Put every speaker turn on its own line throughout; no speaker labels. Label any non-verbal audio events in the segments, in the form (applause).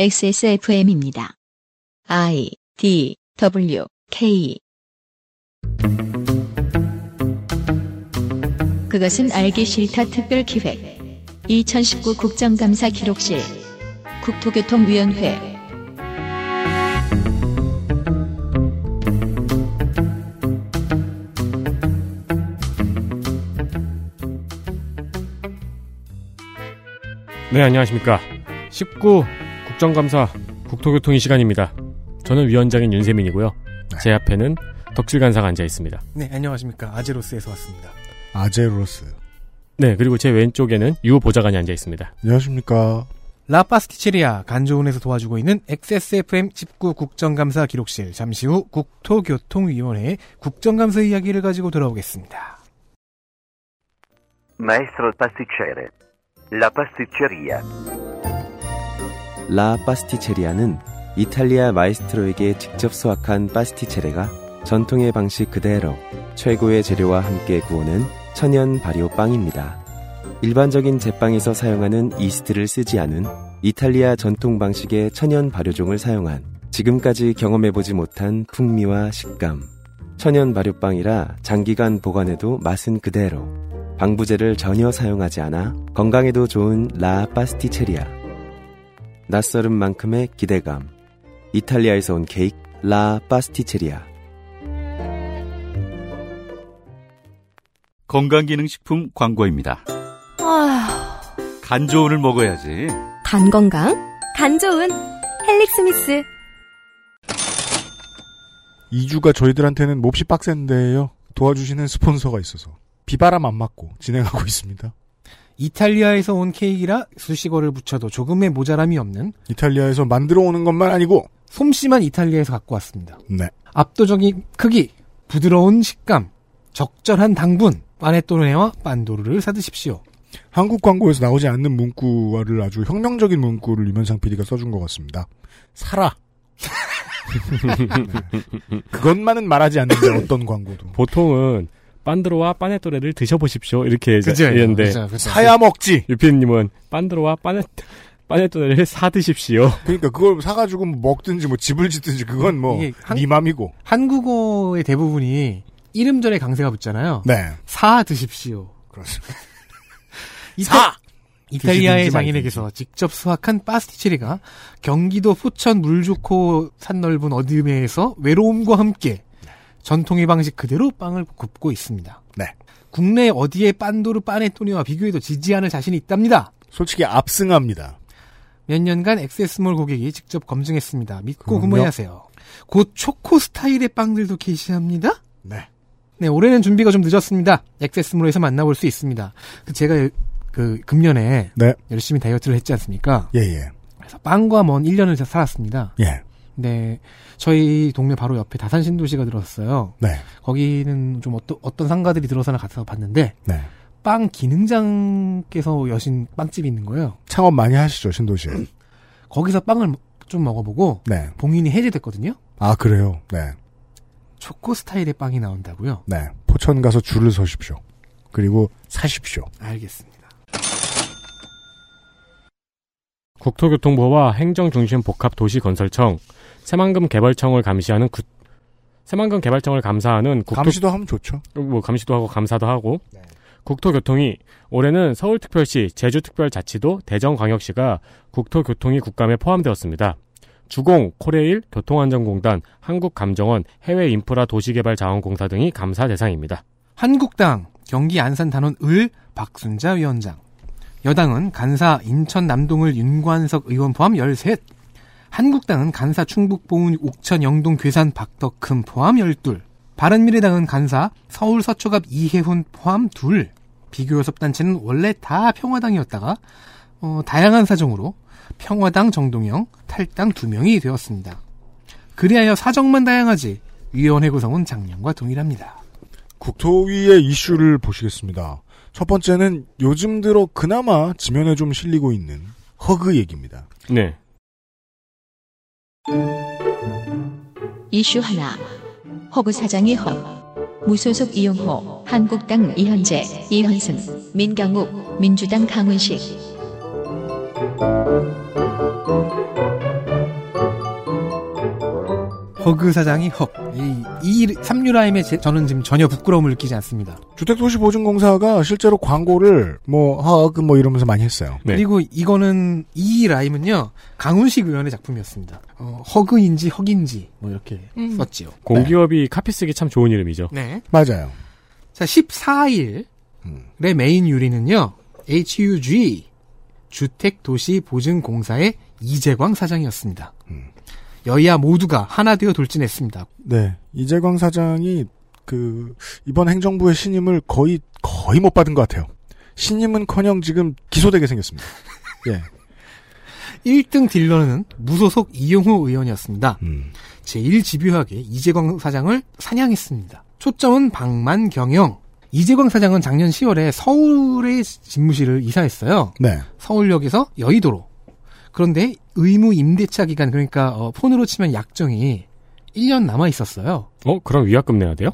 XSFM입니다. I D W K 그것은 알기 싫다 특별 기획 2019 국정감사 기록실 국토교통위원회
네, 안녕하십니까. 19 국정감사 국토교통 이 시간입니다. 저는 위원장인 윤세민이고요. 제 앞에는 덕질 간사가 앉아 있습니다.
네, 안녕하십니까. 아제로스에서 왔습니다.
아제로스.
네, 그리고 제 왼쪽에는 유 보좌관이 앉아 있습니다.
안녕하십니까.
라파스티체리아 간조원에서 도와주고 있는 XSFM 19 국정감사 기록실 잠시 후 국토교통위원회의 국정감사 이야기를 가지고 돌아오겠습니다.
Maestro pasticcere. La pasticceria.
라 파스티체리아는 이탈리아 마이스트로에게 직접 수확한 파스티체레가 전통의 방식 그대로 최고의 재료와 함께 구워낸 천연 발효 빵입니다. 일반적인 제빵에서 사용하는 이스트를 쓰지 않은 이탈리아 전통 방식의 천연 발효종을 사용한 지금까지 경험해보지 못한 풍미와 식감. 천연 발효빵이라 장기간 보관해도 맛은 그대로 방부제를 전혀 사용하지 않아 건강에도 좋은 라 파스티체리아. 낯설은 만큼의 기대감. 이탈리아에서 온 케이크 라 파스티체리아.
건강기능식품 광고입니다.
아휴,
간조운을 먹어야지.
간 건강? 간 좋은 헬릭스미스.
2주가 저희들한테는 몹시 빡센데요. 도와주시는 스폰서가 있어서. 비바람 안 맞고 진행하고 (laughs) 있습니다.
이탈리아에서 온 케이크라 수식어를 붙여도 조금의 모자람이 없는
이탈리아에서 만들어 오는 것만 아니고,
솜씨만 이탈리아에서 갖고 왔습니다.
네.
압도적인 크기, 부드러운 식감, 적절한 당분, 파네토네와 빤도르를 사드십시오.
한국 광고에서 나오지 않는 문구를 아주 혁명적인 문구를 유면상 PD가 써준 것 같습니다.
(laughs)
사라. 네. 그것만은 말하지 않는데 어떤
(laughs)
광고도.
보통은 빤드로와 빠네토레를 드셔보십시오. 이렇게
그죠?
이랬는데
그죠, 그죠.
사야 먹지.
유피님은 빤드로와 빠네 빠네토레를 사드십시오.
그러니까 그걸 사가지고 먹든지 뭐 집을 짓든지 그건
이게
뭐네
한-
맘이고.
한국어의 대부분이 이름 전에 강세가 붙잖아요.
네.
사 드십시오.
그렇습니다.
이타, 이탈리아의
드시든지
장인에게서 직접 수확한 파스티체리가 경기도 포천 물 좋고 산 넓은 어둠에서 외로움과 함께 전통의 방식 그대로 빵을 굽고 있습니다.
네.
국내 어디에 빤도르 파네토니와 비교해도 지지 않을 자신이 있답니다.
솔직히 압승합니다.
몇 년간 엑세스몰 고객이 직접 검증했습니다. 믿고
그럼요.
구매하세요. 곧 초코 스타일의 빵들도 게시합니다.
네.
네, 올해는 준비가 좀 늦었습니다. 액세스몰에서 만나볼 수 있습니다. 그 제가 그 금년에
네.
열심히 다이어트를 했지 않습니까?
예, 예.
그래서 빵과 먼 1년을 살았습니다.
예.
네, 저희 동네 바로 옆에 다산 신도시가 들어섰어요.
네.
거기는 좀 어떤 어떤 상가들이 들어서나 가서 봤는데
네.
빵 기능장께서 여신 빵집이 있는 거예요.
창업 많이 하시죠, 신도시에.
거기서 빵을 좀 먹어보고
네.
봉인이 해제됐거든요.
아, 그래요? 네.
초코 스타일의 빵이 나온다고요?
네. 포천 가서 줄을 서십시오. 그리고 사십시오.
알겠습니다.
국토교통부와 행정중심 복합도시건설청, 새만금 개발청을 감시하는 구, 새만금 개발청을 감사하는 국토
감시도 하면 좋죠.
뭐 감시도 하고 감사도 하고 국토교통이 올해는 서울특별시, 제주특별자치도, 대전광역시가 국토교통이 국감에 포함되었습니다. 주공, 코레일, 교통안전공단, 한국감정원, 해외인프라도시개발자원공사 등이 감사 대상입니다.
한국당 경기 안산 단원 을 박순자 위원장 여당은 간사 인천 남동을 윤관석 의원 포함 13 한국당은 간사 충북 보은 옥천 영동 괴산 박덕흠 포함 12 바른미래당은 간사 서울 서초갑 이혜훈 포함 2 비교협업단체는 원래 다 평화당이었다가 어, 다양한 사정으로 평화당 정동영 탈당 2명이 되었습니다. 그리하여 사정만 다양하지 위원회 구성은 작년과 동일합니다.
국토위의 이슈를 보시겠습니다. 첫 번째는 요즘 들어 그나마 지면에 좀 실리고 있는 허그 얘기입니다.
네.
이슈 하나 허구 사장이 허 무소속 이용호 한국당 이현재 이현승 민경욱 민주당 강훈식
허그 사장이 헉. 이, 이 삼유라임에 제- 저는 지금 전혀 부끄러움을 느끼지 않습니다.
주택도시보증공사가 실제로 광고를 뭐 허그 뭐 이러면서 많이 했어요.
네.
그리고 이거는 이 라임은요 강훈식 의원의 작품이었습니다. 어, 허그인지 헉인지 뭐 이렇게 썼지요.
공기업이 카피 쓰기 참 좋은 이름이죠.
네.
맞아요.
자 14일의
음.
메인 유리는요 HUG 주택도시보증공사의 이재광 사장이었습니다.
음.
여야 모두가 하나 되어 돌진했습니다.
네. 이재광 사장이 그 이번 행정부의 신임을 거의 거의 못 받은 것 같아요. 신임은커녕 지금 기소되게 생겼습니다.
(laughs)
예.
1등 딜러는 무소속 이용호 의원이었습니다.
음.
제1집요하게 이재광 사장을 사냥했습니다. 초점은 방만 경영. 이재광 사장은 작년 10월에 서울의 집무실을 이사했어요.
네.
서울역에서 여의도로. 그런데 의무 임대차 기간 그러니까 어, 폰으로 치면 약정이 1년 남아 있었어요.
어? 그럼 위약금 내야 돼요?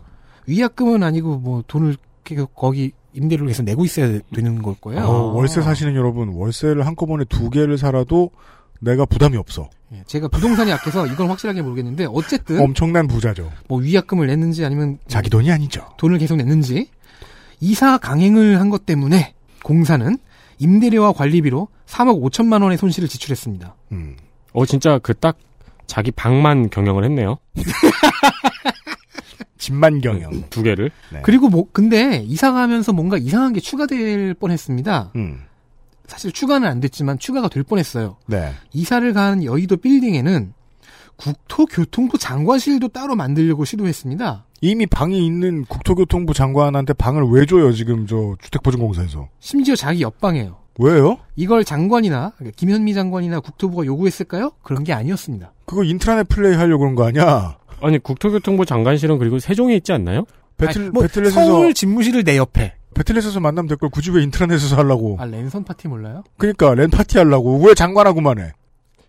위약금은 아니고 뭐 돈을 계속 거기 임대료를 계속 내고 있어야 되는 걸 거예요.
어, 월세 사시는 여러분, 월세를 한꺼번에 두 개를 살아도 내가 부담이 없어.
예, 제가 부동산이 약해서 이건 확실하게 모르겠는데 어쨌든
엄청난 부자죠.
뭐 위약금을 냈는지 아니면
자기 돈이 아니죠.
돈을 계속 냈는지 이사 강행을 한 것 때문에 공사는 임대료와 관리비로 3억 5천만 원의 손실을 지출했습니다.
음.
어, 진짜 그 딱 자기 방만 경영을 했네요.
집만 경영.
두 개를.
그리고 뭐 근데 이사 가면서 뭔가 이상한 게 추가될 뻔했습니다.
음.
사실 추가는 안 됐지만 추가가 될 뻔했어요.
네.
이사를 간 여의도 빌딩에는 국토교통부 장관실도 따로 만들려고 시도했습니다.
이미 방이 있는 국토교통부 장관한테 방을 왜 줘요, 지금 저 주택보증공사에서.
심지어 자기 옆방에요.
왜요?
이걸 장관이나 그러니까 김현미 장관이나 국토부가 요구했을까요? 그런 게 아니었습니다.
그거 인트라넷 플레이 하려고 그런 거 아니야?
아니, 국토교통부 장관실은 그리고 세종에 있지 않나요?
배틀,
아니, 뭐
배틀넷에서,
서울 집무실을 내 옆에.
배틀넷에서 만나면 될 걸 굳이 왜 인트라넷에서 하려고.
아 랜선 파티 몰라요?
그니까, 랜파티 하려고. 왜 장관하고만 해?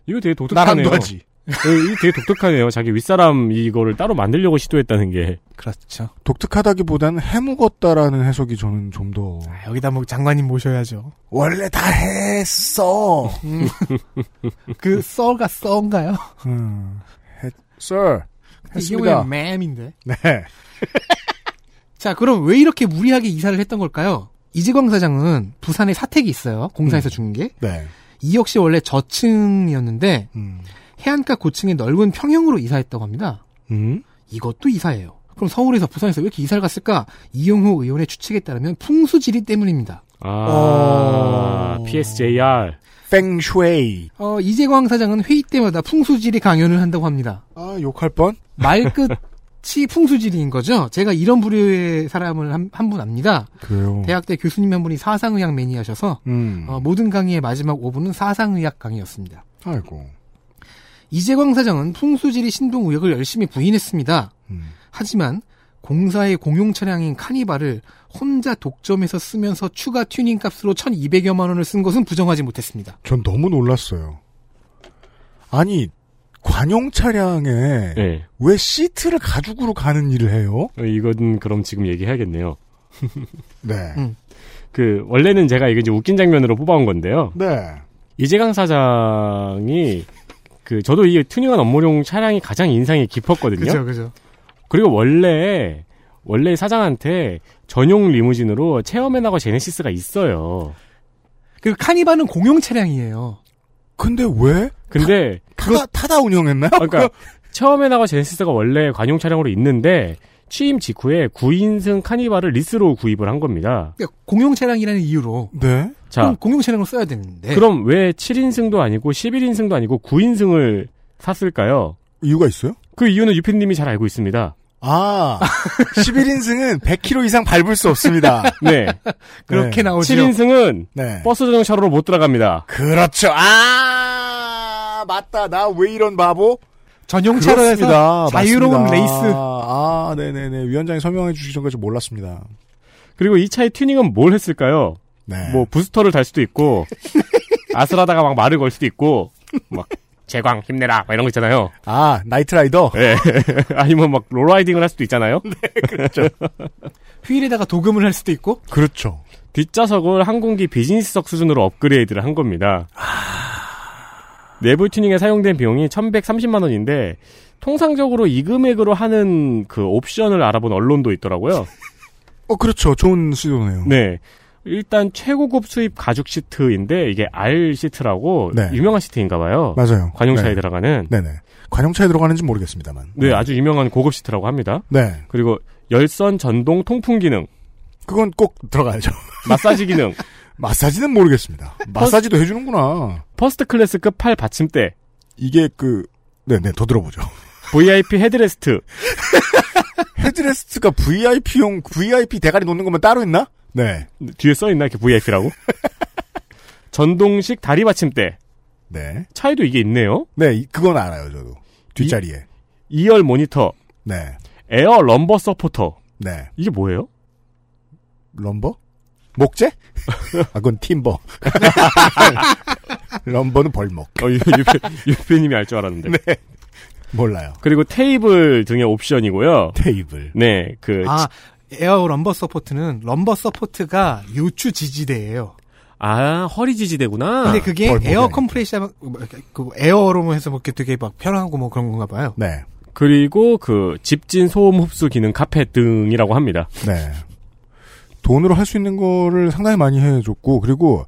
이거 되게 독특하네요.
나랑도 하지.
어, 이거 되게 독특하네요. 자기 윗사람 이거를 따로 만들려고 시도했다는 게.
그렇죠.
독특하다기보다는 해묵었다라는 해석이 저는 좀 더.
아, 여기다 뭐 장관님 모셔야죠.
원래 다 했어. (laughs)
그 써가 써인가요?
음, 했어.
이게
했습니다.
왜 맴인데?
네.
자, 그럼 왜 이렇게 무리하게 이사를 했던 걸까요? 이재광 사장은 부산에 사택이 있어요. 공사에서 준 게.
네.
이 역시 원래 저층이었는데
음.
해안가 고층의 넓은 평형으로 이사했다고 합니다.
음?
이것도 이사예요. 그럼 서울에서 부산에서 왜 이렇게 이사를 갔을까? 이용호 의원의 추측에 따르면 풍수지리 때문입니다.
아,
어.
PSJR.
팽쉐이.
어, 이재광 사장은 회의 때마다 풍수지리 강연을 한다고 합니다.
아, 욕할 뻔?
말끝이 (laughs) 풍수지리인 거죠. 제가 이런 부류의 사람을 한 분 압니다.
음.
그래요.
대학 때 교수님 한 분이 사상의학 매니아셔서
음.
어, 모든 강의의 마지막 5분은 사상의학 강의였습니다.
아이고.
이재광 사장은 풍수지리 신동 의혹을 열심히 부인했습니다.
음.
하지만 공사의 공용 차량인 카니발을 혼자 독점해서 쓰면서 추가 튜닝 값으로 1,200여만 원을 쓴 것은 부정하지 못했습니다.
전 너무 놀랐어요. 아니, 관용 차량에
예.
네.
왜 시트를 가죽으로 가는 일을 해요?
어, 이건 그럼 지금 얘기해야겠네요.
네.
음.
그, 원래는 제가 이거 이제 웃긴 장면으로 뽑아온 건데요.
네.
이재강 사장이 그, 저도 이 튜닝한 업무용 차량이 가장 인상이 깊었거든요.
그죠.
그리고 원래 원래 사장한테 전용 리무진으로 체험해나가 제네시스가 있어요.
그리고 카니발은 공용 차량이에요.
근데 왜?
근데
타다, 타다 운영했나요?
아, 그러니까 체험해나가 제네시스가 원래 관용 차량으로 있는데 취임 직후에 9인승 카니발을 리스로 구입을 한 겁니다.
그러니까 공용 차량이라는 이유로
네.
자,
그럼 네. 공용 차량을 써야 되는데
그럼 왜 7인승도 아니고 11인승도 아니고 9인승을 샀을까요?
이유가 있어요?
그 이유는 유피님이 잘 알고 있습니다.
(laughs) 아, 11인승은 100km 이상 밟을 수 없습니다.
네.
그렇게
네.
나오죠.
7인승은
네.
버스 전용차로로 못 들어갑니다.
그렇죠. 아, 맞다. 나 왜 이런 바보?
전용 차로에서 자유로운
맞습니다.
레이스.
아, 네네네. 위원장이 설명해 주시기 전까지 몰랐습니다.
그리고 이 차의 튜닝은 뭘 했을까요?
네.
뭐 부스터를 달 수도 있고 아슬하다가 막 말을 걸 수도 있고 막 재광 힘내라 막 이런 거 있잖아요.
아, 나이트라이더?
예. (laughs) 아니면 막 롤라이딩을 할 수도 있잖아요.
휠에다가 도금을 할 수도 있고
그렇죠.
뒷좌석을 항공기 비즈니스석 수준으로 업그레이드를 한 겁니다. 내부 튜닝에 사용된 비용이 1,130만 원인데 통상적으로 이 금액으로 하는 그 옵션을 알아본 언론도
(laughs)
있더라고요.
어, 그렇죠. 좋은 시도네요.
네. 일단 최고급 수입 가죽 시트인데 이게 R 시트라고
네.
유명한 시트인가 봐요.
맞아요.
관용차에
네.
들어가는
네네. 관용차에 들어가는지 모르겠습니다만.
네, 아주 유명한 고급 시트라고 합니다.
네.
그리고 열선 전동 통풍 기능,
그건 꼭 들어가야죠.
마사지 기능, (laughs)
마사지는 (laughs) 모르겠습니다. 마사지도 해주는구나.
퍼스트 클래스급 팔 받침대,
이게 그, 네네, 더 들어보죠.
VIP 헤드레스트,
(laughs) 헤드레스트가 VIP용, VIP 대가리 놓는 것만 따로 있나? 네.
뒤에 써 있나 이렇게
(laughs)
VIP라고? 전동식 다리 받침대.
네.
차이도 이게 있네요.
네, 이- 그건 알아요, 저도. 뒷자리에.
2열 모니터,
네.
에어 럼버 서포터.
네.
이게 뭐예요?
럼버? 목재? (laughs) 아, 그건 (laughs) 팀버. 럼버는 벌목.
어, 유- 유표- 유표님이 알 줄 알았는데.
네.
몰라요.
그리고 테이블 등의 옵션이고요.
테이블.
네, 그
아, 에어 럼버 서포트는 럼버 서포트가 요추 지지대예요.
아, 허리 지지대구나.
근데 그게
벌목이
에어
아니고.
컴프레셔 그 에어로 해서 뭐 이렇게 되게 막 편하고 뭐 그런 건가 봐요.
네.
그리고 그 집진 소음 흡수 기능 카펫 등이라고 합니다.
네. 돈으로 할 수 있는 거를 상당히 많이 해줬고, 그리고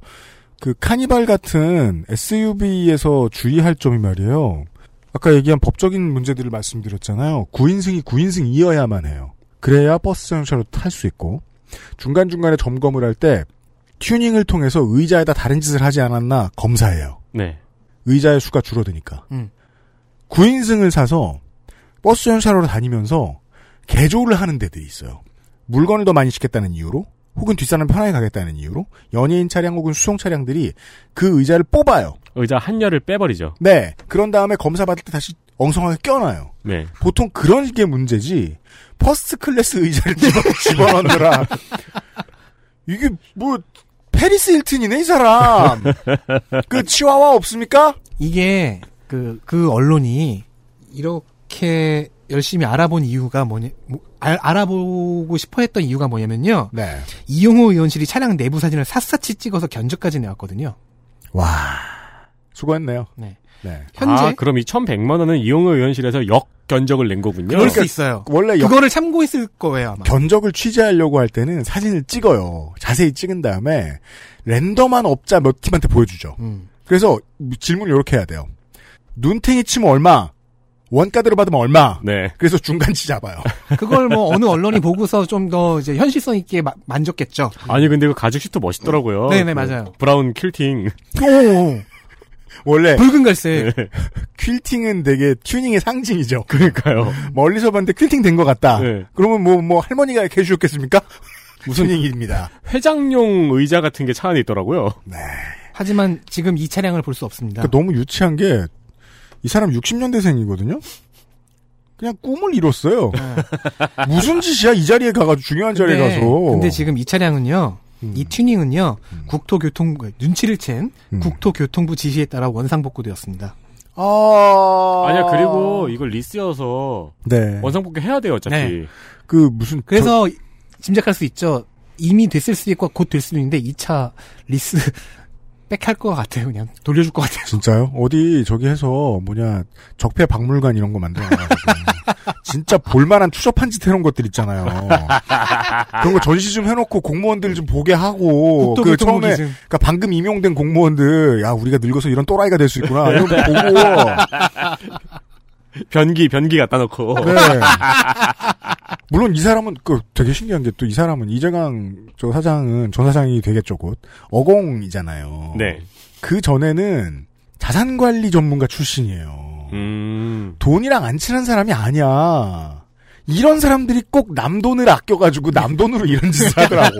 그 카니발 같은 SUV에서 주의할 점이 말이에요. 아까 얘기한 법적인 문제들을 말씀드렸잖아요. 9인승이 9인승이어야만 해요. 그래야 버스 자동차로 탈 수 있고, 중간중간에 점검을 할 때, 튜닝을 통해서 의자에다 다른 짓을 하지 않았나 검사해요.
네.
의자의 수가 줄어드니까.
음.
9인승을 사서 버스 연차로 다니면서 개조를 하는 데들이 있어요. 물건을 더 많이 싣겠다는 이유로 혹은 뒷사람 편하게 가겠다는 이유로 연예인 차량 혹은 수송 차량들이 그 의자를 뽑아요.
의자 한 열을 빼버리죠.
네. 그런 다음에 검사 받을 때 다시 엉성하게 껴놔요.
네.
보통 그런 게 문제지. 퍼스트 클래스 의자를 집어- 집어넣느라. 이게 뭐 페리스 힐튼이네 이 사람. 그 치와와 없습니까?
이게 그, 그 언론이 이렇게 열심히 알아본 이유가 뭐냐, 뭐, 알, 알아보고 싶어 했던 이유가 뭐냐면요.
네.
이용호 의원실이 차량 내부 사진을 샅샅이 찍어서 견적까지 내왔거든요.
와. 수고했네요.
네.
네.
현재
아, 그럼 이 1,100만 원은 이용호 의원실에서 역 견적을 낸 거군요.
그럴 수 있어요.
그러니까 원래 역-
그거를 참고했을 거예요, 아마.
견적을 취재하려고 할 때는 사진을 찍어요. 자세히 찍은 다음에 랜덤한 업자 몇 팀한테 보여주죠.
음.
그래서 질문을 이렇게 해야 돼요. 눈탱이 치면 얼마? 원가대로 받으면 얼마?
네.
그래서 중간치 잡아요.
그걸 뭐 어느 언론이 보고서 좀 더 이제 현실성 있게 마- 만졌겠죠.
아니 근데 그 가죽 시트 멋있더라고요.
네네,
그
맞아요.
브라운 킬팅.
오,
원래
붉은 갈색.
네. 퀼팅은 되게 튜닝의 상징이죠.
그러니까요.
멀리서 봤는데 퀼팅 된 것 같다.
네.
그러면 뭐, 뭐 할머니가 이렇게 해주셨겠습니까? 무슨 (laughs) 튜닝입니다.
회장용 의자 같은 게 차 안에 있더라고요.
하지만 지금 이 차량을 볼 수 없습니다.
그러니까 너무 유치한 게 이 사람 60년대생이거든요. 그냥 꿈을 이뤘어요. (laughs) 무슨 짓이야 이 자리에 가가지고 중요한 자리에 가서.
네. 근데 지금 이 차량은요. 이 튜닝은요. 국토교통부 눈치를 챈
음.
국토교통부 지시에 따라 원상 복구되었습니다.
아
아니야 그리고 이걸 리스여서
네.
원상복귀 해야 돼요 어차피.
네.
그 무슨 저-
그래서 짐작할 수 있죠. 이미 됐을 수도 있고 곧 될 수도 있는데 이 차 리스 (laughs) 백할 것 같아요. 그냥 돌려줄 것
(laughs)
같아요.
진짜요? 어디 저기 해서 뭐냐 적폐 박물관 이런 거 만들어. (laughs) 진짜 볼만한 추접한 짓 해놓은 것들 있잖아요. 그런 거 전시 좀 해놓고 공무원들 좀 보게 하고 그
국토교통부
처음에
기준.
그러니까 방금 임용된 공무원들 야 우리가 늙어서 이런 또라이가 될 수 있구나 이런 거 보고
변기 변기 갖다 놓고.
네. 물론 이 사람은 그 되게 신기한 게 또 이 사람은 이재강 저 사장은 전 사장이 되겠죠 곧 어공이잖아요.
네.
그 전에는 자산 관리 전문가 출신이에요.
음.
돈이랑 안 친한 사람이 아니야. 이런 사람들이 꼭 남 돈을 아껴가지고 남 돈으로 이런 짓을 하더라고.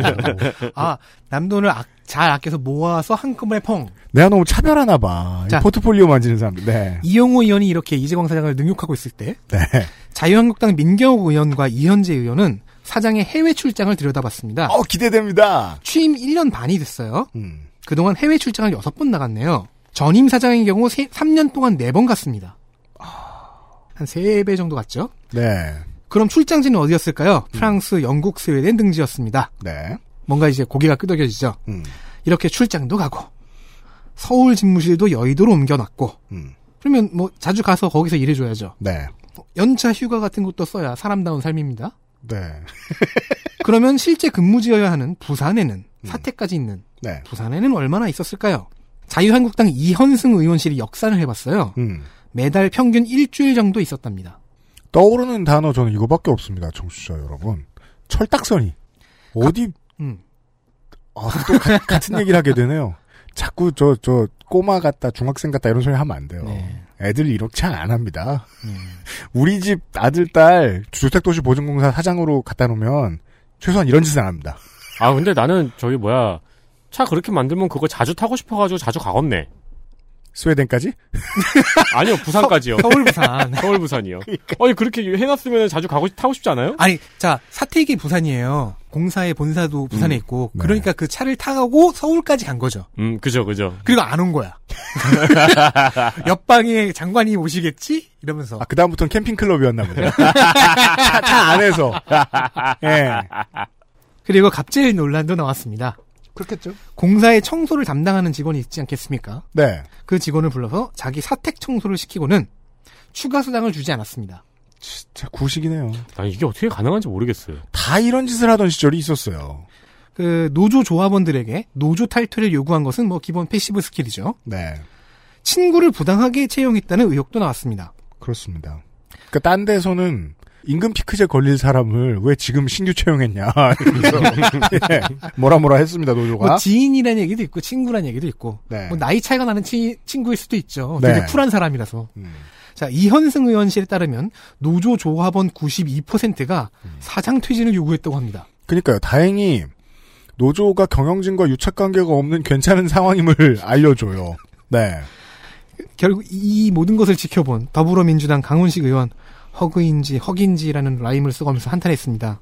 아 남돈을 아- 잘 아껴서 모아서 한꺼번에 펑.
내가 너무 차별하나 봐. 이
자.
포트폴리오 만지는 사람들. 네.
이영호 의원이 이렇게 이재광 사장을 능욕하고 있을 때
네.
자유한국당 민경욱 의원과 이현재 의원은 사장의 해외 출장을 들여다봤습니다.
어 기대됩니다.
취임 1년 반이 됐어요.
음.
그동안 해외 출장을 6번 나갔네요. 전임 사장의 경우 3년 동안 4번 갔습니다. 한 3배 정도 갔죠?
네.
그럼 출장지는 어디였을까요? 프랑스, 영국, 스웨덴 등지였습니다.
네.
뭔가 이제 고개가 끄덕여지죠.
음.
이렇게 출장도 가고 서울 집무실도 여의도로 옮겨놨고
음.
그러면 뭐 자주 가서 거기서 일해줘야죠.
네.
연차 휴가 같은 것도 써야 사람다운 삶입니다.
네.
그러면 실제 근무지어야 하는 부산에는 사태까지 있는
네.
부산에는 얼마나 있었을까요? 자유한국당 이현승 의원실이 역산을 해봤어요.
음.
매달 평균 일주일 정도 있었답니다.
떠오르는 단어 저는 이거밖에 없습니다, 청취자 여러분. 철딱서니. 어디,
음.
아, 또 가- 같은 얘기를 하게 되네요. 자꾸 저, 저, 꼬마 같다, 중학생 같다 이런 소리 하면 안 돼요.
네.
애들 이렇게 안 합니다. (laughs) 우리 집 아들, 딸, 주택도시 보증공사 사장으로 갖다 놓으면 최소한 이런 짓은 안 합니다.
아, 근데 나는 저기 뭐야. 차 그렇게 만들면 그거 자주 타고 싶어가지고 자주 가겠네.
스웨덴까지?
아니요, 부산까지요.
(laughs)
서울 부산.
서울 부산이요. 아니 그렇게 해놨으면 자주 가고 싶- 타고 싶지 않아요?
아니, 자, 사택이 부산이에요. 공사의 본사도 부산에 있고,
네.
그러니까 그 차를 타고 서울까지 간 거죠.
음, 그죠, 그죠.
그리고 안
(laughs)
온 거야. 옆방에 장관이 오시겠지? 이러면서.
아, 그다음부터는 캠핑클럽이었나 (laughs) 보네. 차, 차 (laughs) 안에서. 예.
그리고 갑질 논란도 나왔습니다.
그렇겠죠.
공사의 청소를 담당하는 직원이 있지 않겠습니까?
네.
그 직원을 불러서 자기 사택 청소를 시키고는 추가 수당을 주지 않았습니다.
진짜 구식이네요.
아, 이게 어떻게 가능한지 모르겠어요.
다 이런 짓을 하던 시절이 있었어요.
그 노조 조합원들에게 노조 탈퇴를 요구한 것은 뭐 기본 패시브 스킬이죠.
네.
친구를 부당하게 채용했다는 의혹도 나왔습니다.
그렇습니다. 그러니까 딴 데서는 임금 피크제 걸릴 사람을 왜 지금 신규 채용했냐. (laughs) 이러면서 예, 뭐라 뭐라 했습니다, 노조가.
뭐 지인이라는 얘기도 있고 친구라는 얘기도 있고
네.
뭐 나이 차이가 나는 치- 친구일 수도 있죠.
네.
되게 쿨한 사람이라서.
음.
자 이현승 의원실에 따르면 노조 조합원 92%가
음.
사장 퇴진을 요구했다고 합니다.
그러니까요. 다행히 노조가 경영진과 유착 관계가 없는 괜찮은 상황임을 알려줘요. 네.
결국 이 모든 것을 지켜본 더불어민주당 강훈식 의원 허그인지 허긴지라는 라임을 써가면서 한탄했습니다.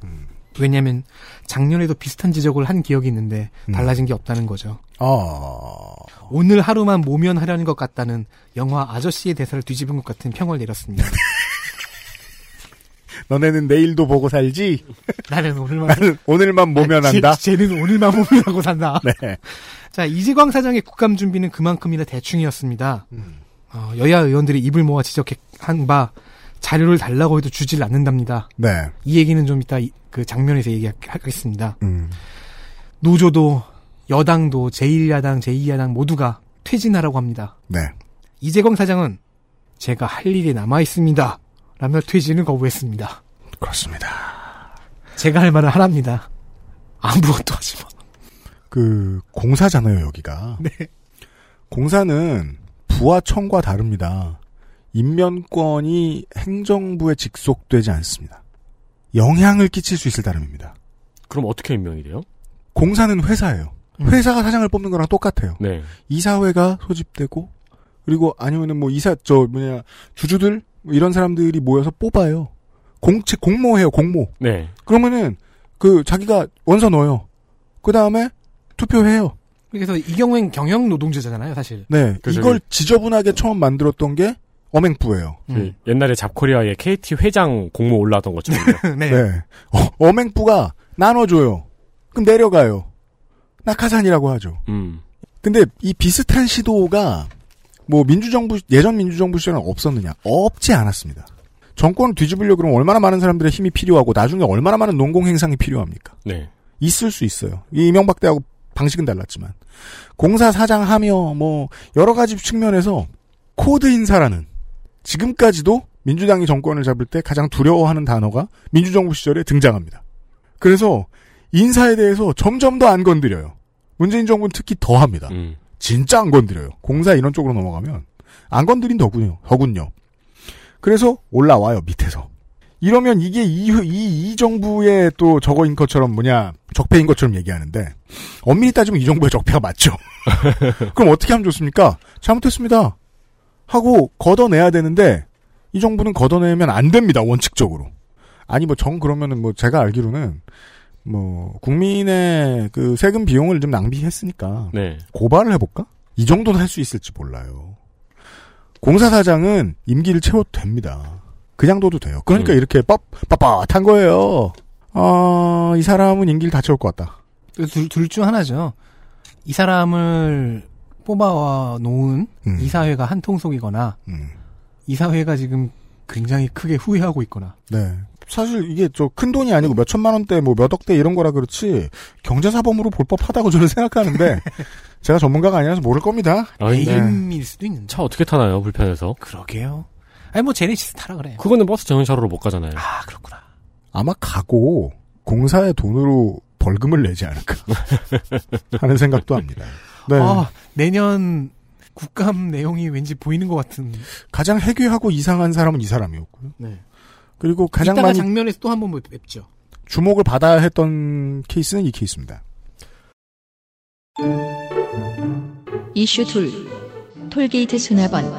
왜냐하면 작년에도 비슷한 지적을 한 기억이 있는데
음.
달라진 게 없다는 거죠.
아.
오늘 하루만 모면하려는 것 같다는 영화 아저씨의 대사를 뒤집은 것 같은 평을 내렸습니다.
너네는 내일도 보고 살지?
(laughs)
(laughs)
나는 오늘만 (laughs)
나는
아,
오늘만 모면한다?
쟤, 는 오늘만 모면하고 (laughs) 산다.
네.
자 이재광 사장의 국감 준비는 그만큼이나 대충이었습니다. 어, 여야 의원들이 입을 모아 지적한 바 자료를 달라고 해도 주질 않는답니다.
네.
이 얘기는 좀 이따 이- 그 장면에서 얘기하겠습니다.
음.
노조도 여당도 제1야당, 제2야당 모두가 퇴진하라고 합니다.
네.
이재광 사장은 제가 할 일이 남아 있습니다. 라며 퇴진을 거부했습니다.
그렇습니다.
제가 할 말을 하랍니다. 아무것도 하지 마.
그, 공사잖아요, 여기가.
(laughs) 네.
공사는 부하청과 다릅니다. 인면권이 행정부에 직속되지 않습니다. 영향을 끼칠 수 있을 따름입니다.
그럼 어떻게 임명이 돼요?
공사는 회사예요.
음.
회사가 사장을 뽑는 거랑 똑같아요.
네.
이사회가 소집되고 그리고 아니면은 뭐 이사 저 뭐냐 주주들 뭐 이런 사람들이 모여서 뽑아요. 공채 공모해요 공모.
네.
그러면은 그 자기가 원서 넣어요. 그 다음에 투표해요.
그래서 이 경우엔 경영 노동자잖아요, 사실.
네
그래서
이걸 지저분하게 처음 만들었던 게 어맹부예요.
그 옛날에 잡코리아의 KT 회장 공모 올라왔던 것처럼.
(laughs) 네, 어, 맹부가 나눠줘요. 그럼 내려가요. 낙하산이라고 하죠.
(laughs) 음.
근데 이 비슷한 시도가 뭐 민주정부 예전 민주정부 시절은 없었느냐? 없지 않았습니다. 정권을 뒤집으려고 그러면 얼마나 많은 사람들의 힘이 필요하고 나중에 얼마나 많은 농공 행상이 필요합니까?
네.
있을 수 있어요. 이 이명박 때하고 방식은 달랐지만 공사 사장하며 뭐 여러 가지 측면에서 코드 인사라는 지금까지도 민주당이 정권을 잡을 때 가장 두려워하는 단어가 민주정부 시절에 등장합니다. 그래서 인사에 대해서 점점 더 안 건드려요. 문재인 정부는 특히 더 합니다.
음.
진짜 안 건드려요. 공사 이런 쪽으로 넘어가면 안 건드린더군요. 더군요. 그래서 올라와요 밑에서. 이러면 이게 이, 이, 이 정부의 또 저거인 것처럼 뭐냐 적폐인 것처럼 얘기하는데 엄밀히 따지면 이 정부의 적폐가 맞죠. (laughs) 그럼 어떻게 하면 좋습니까? 잘못했습니다. 하고 걷어내야 되는데 이 정부는 걷어내면 안 됩니다 원칙적으로. 아니 뭐 정 그러면은 뭐 제가 알기로는 뭐 국민의 그 세금 비용을 좀 낭비했으니까
네.
고발을 해볼까? 이 정도는 할 수 있을지 몰라요. 공사사장은 임기를 채워도 됩니다. 그냥 둬도 돼요. 그러니까
음.
이렇게 빡, 빳빳한 거예요. 아, 이 사람은 임기를 다 채울 것 같다.
둘 중 하나죠. 이 사람을 뽑아 놓은
음.
이사회가 한통속이거나
음.
이사회가 지금 굉장히 크게 후회하고 있거나
네. 사실 이게 저 큰 돈이 아니고 몇 천만 원대 뭐 몇 억대 이런 거라 그렇지 경제사범으로 볼 법하다고 저는
(laughs)
생각하는데 제가 전문가가 아니라서 모를 겁니다.
아니,
네.
게임일 수도 있는데
차 어떻게 타나요? 불편해서.
그러게요. 아니 뭐 제네시스 타라 그래요.
그거는 버스 전용차로로 못 가잖아요.
아 그렇구나.
아마 가고 공사의 돈으로 벌금을 내지
(laughs)
않을까 하는 생각도 합니다. 네.
아 내년 국감 내용이 왠지 보이는 것 같은.
가장 해괴하고 이상한 사람은 이 사람이었고요.
네.
그리고 가장
이따가
많이
장면에서 또 한 번 뵙죠.
주목을 받아야 했던 케이스는 이 케이스입니다.
이슈 둘 톨게이트 수납원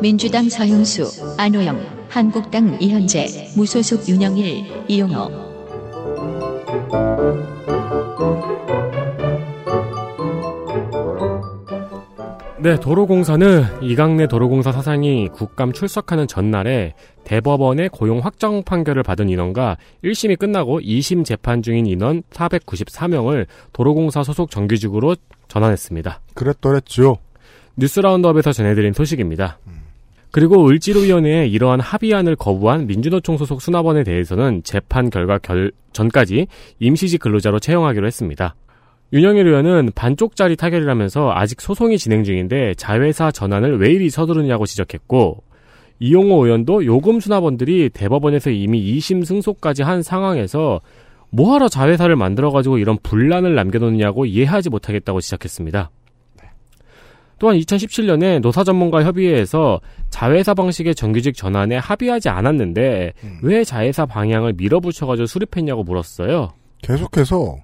민주당 서형수 안호영 한국당 이현재 무소속 윤영일 이용호
네, 도로공사는 이강래 도로공사 사장이 국감 출석하는 전날에 대법원의 고용 확정 판결을 받은 인원과 1심이 끝나고 2심 재판 중인 인원 494명을 도로공사 소속 정규직으로 전환했습니다.
그랬더랬죠.
뉴스 라운드업에서 전해드린 소식입니다. 그리고 을지로위원회에 이러한 합의안을 거부한 민주노총 소속 수납원에 대해서는 재판 결과 결- 전까지 임시직 근로자로 채용하기로 했습니다. 윤영일 의원은 반쪽짜리 타결이라면서 아직 소송이 진행 중인데 자회사 전환을 왜 이리 서두르냐고 지적했고 이용호 의원도 요금 수납원들이 대법원에서 이미 2심 승소까지 한 상황에서 뭐하러 자회사를 만들어가지고 이런 분란을 남겨놓느냐고 이해하지 못하겠다고 지적했습니다. 또한 2017년에 노사 전문가 협의회에서 자회사 방식의 정규직 전환에 합의하지 않았는데 왜 자회사 방향을 밀어붙여가지고 수립했냐고 물었어요.
계속해서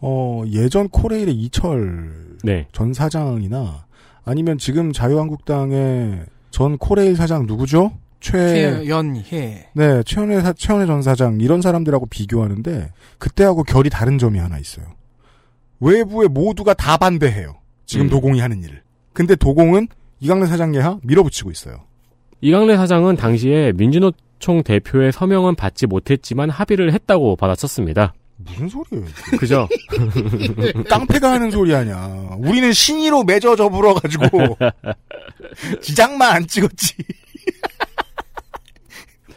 어, 예전 코레일의 이철
네,
전 사장이나 아니면 지금 자유한국당의 전 코레일 사장 누구죠? 최
최연혜.
네, 최현혜 사, 최현혜 전 사장 이런 사람들하고 비교하는데 그때하고 결이 다른 점이 하나 있어요. 외부의 모두가 다 반대해요. 지금
음.
도공이 하는 일을. 근데 도공은 이강래 사장 예하 밀어붙이고 있어요.
이강래 사장은 당시에 민주노총 대표의 서명은 받지 못했지만 합의를 했다고 받아쳤습니다.
무슨 소리예요?
(laughs) 그죠?
깡패가 하는 소리 아니야. 우리는 신의로 맺어 접으러 가지고 지장만 안 찍었지.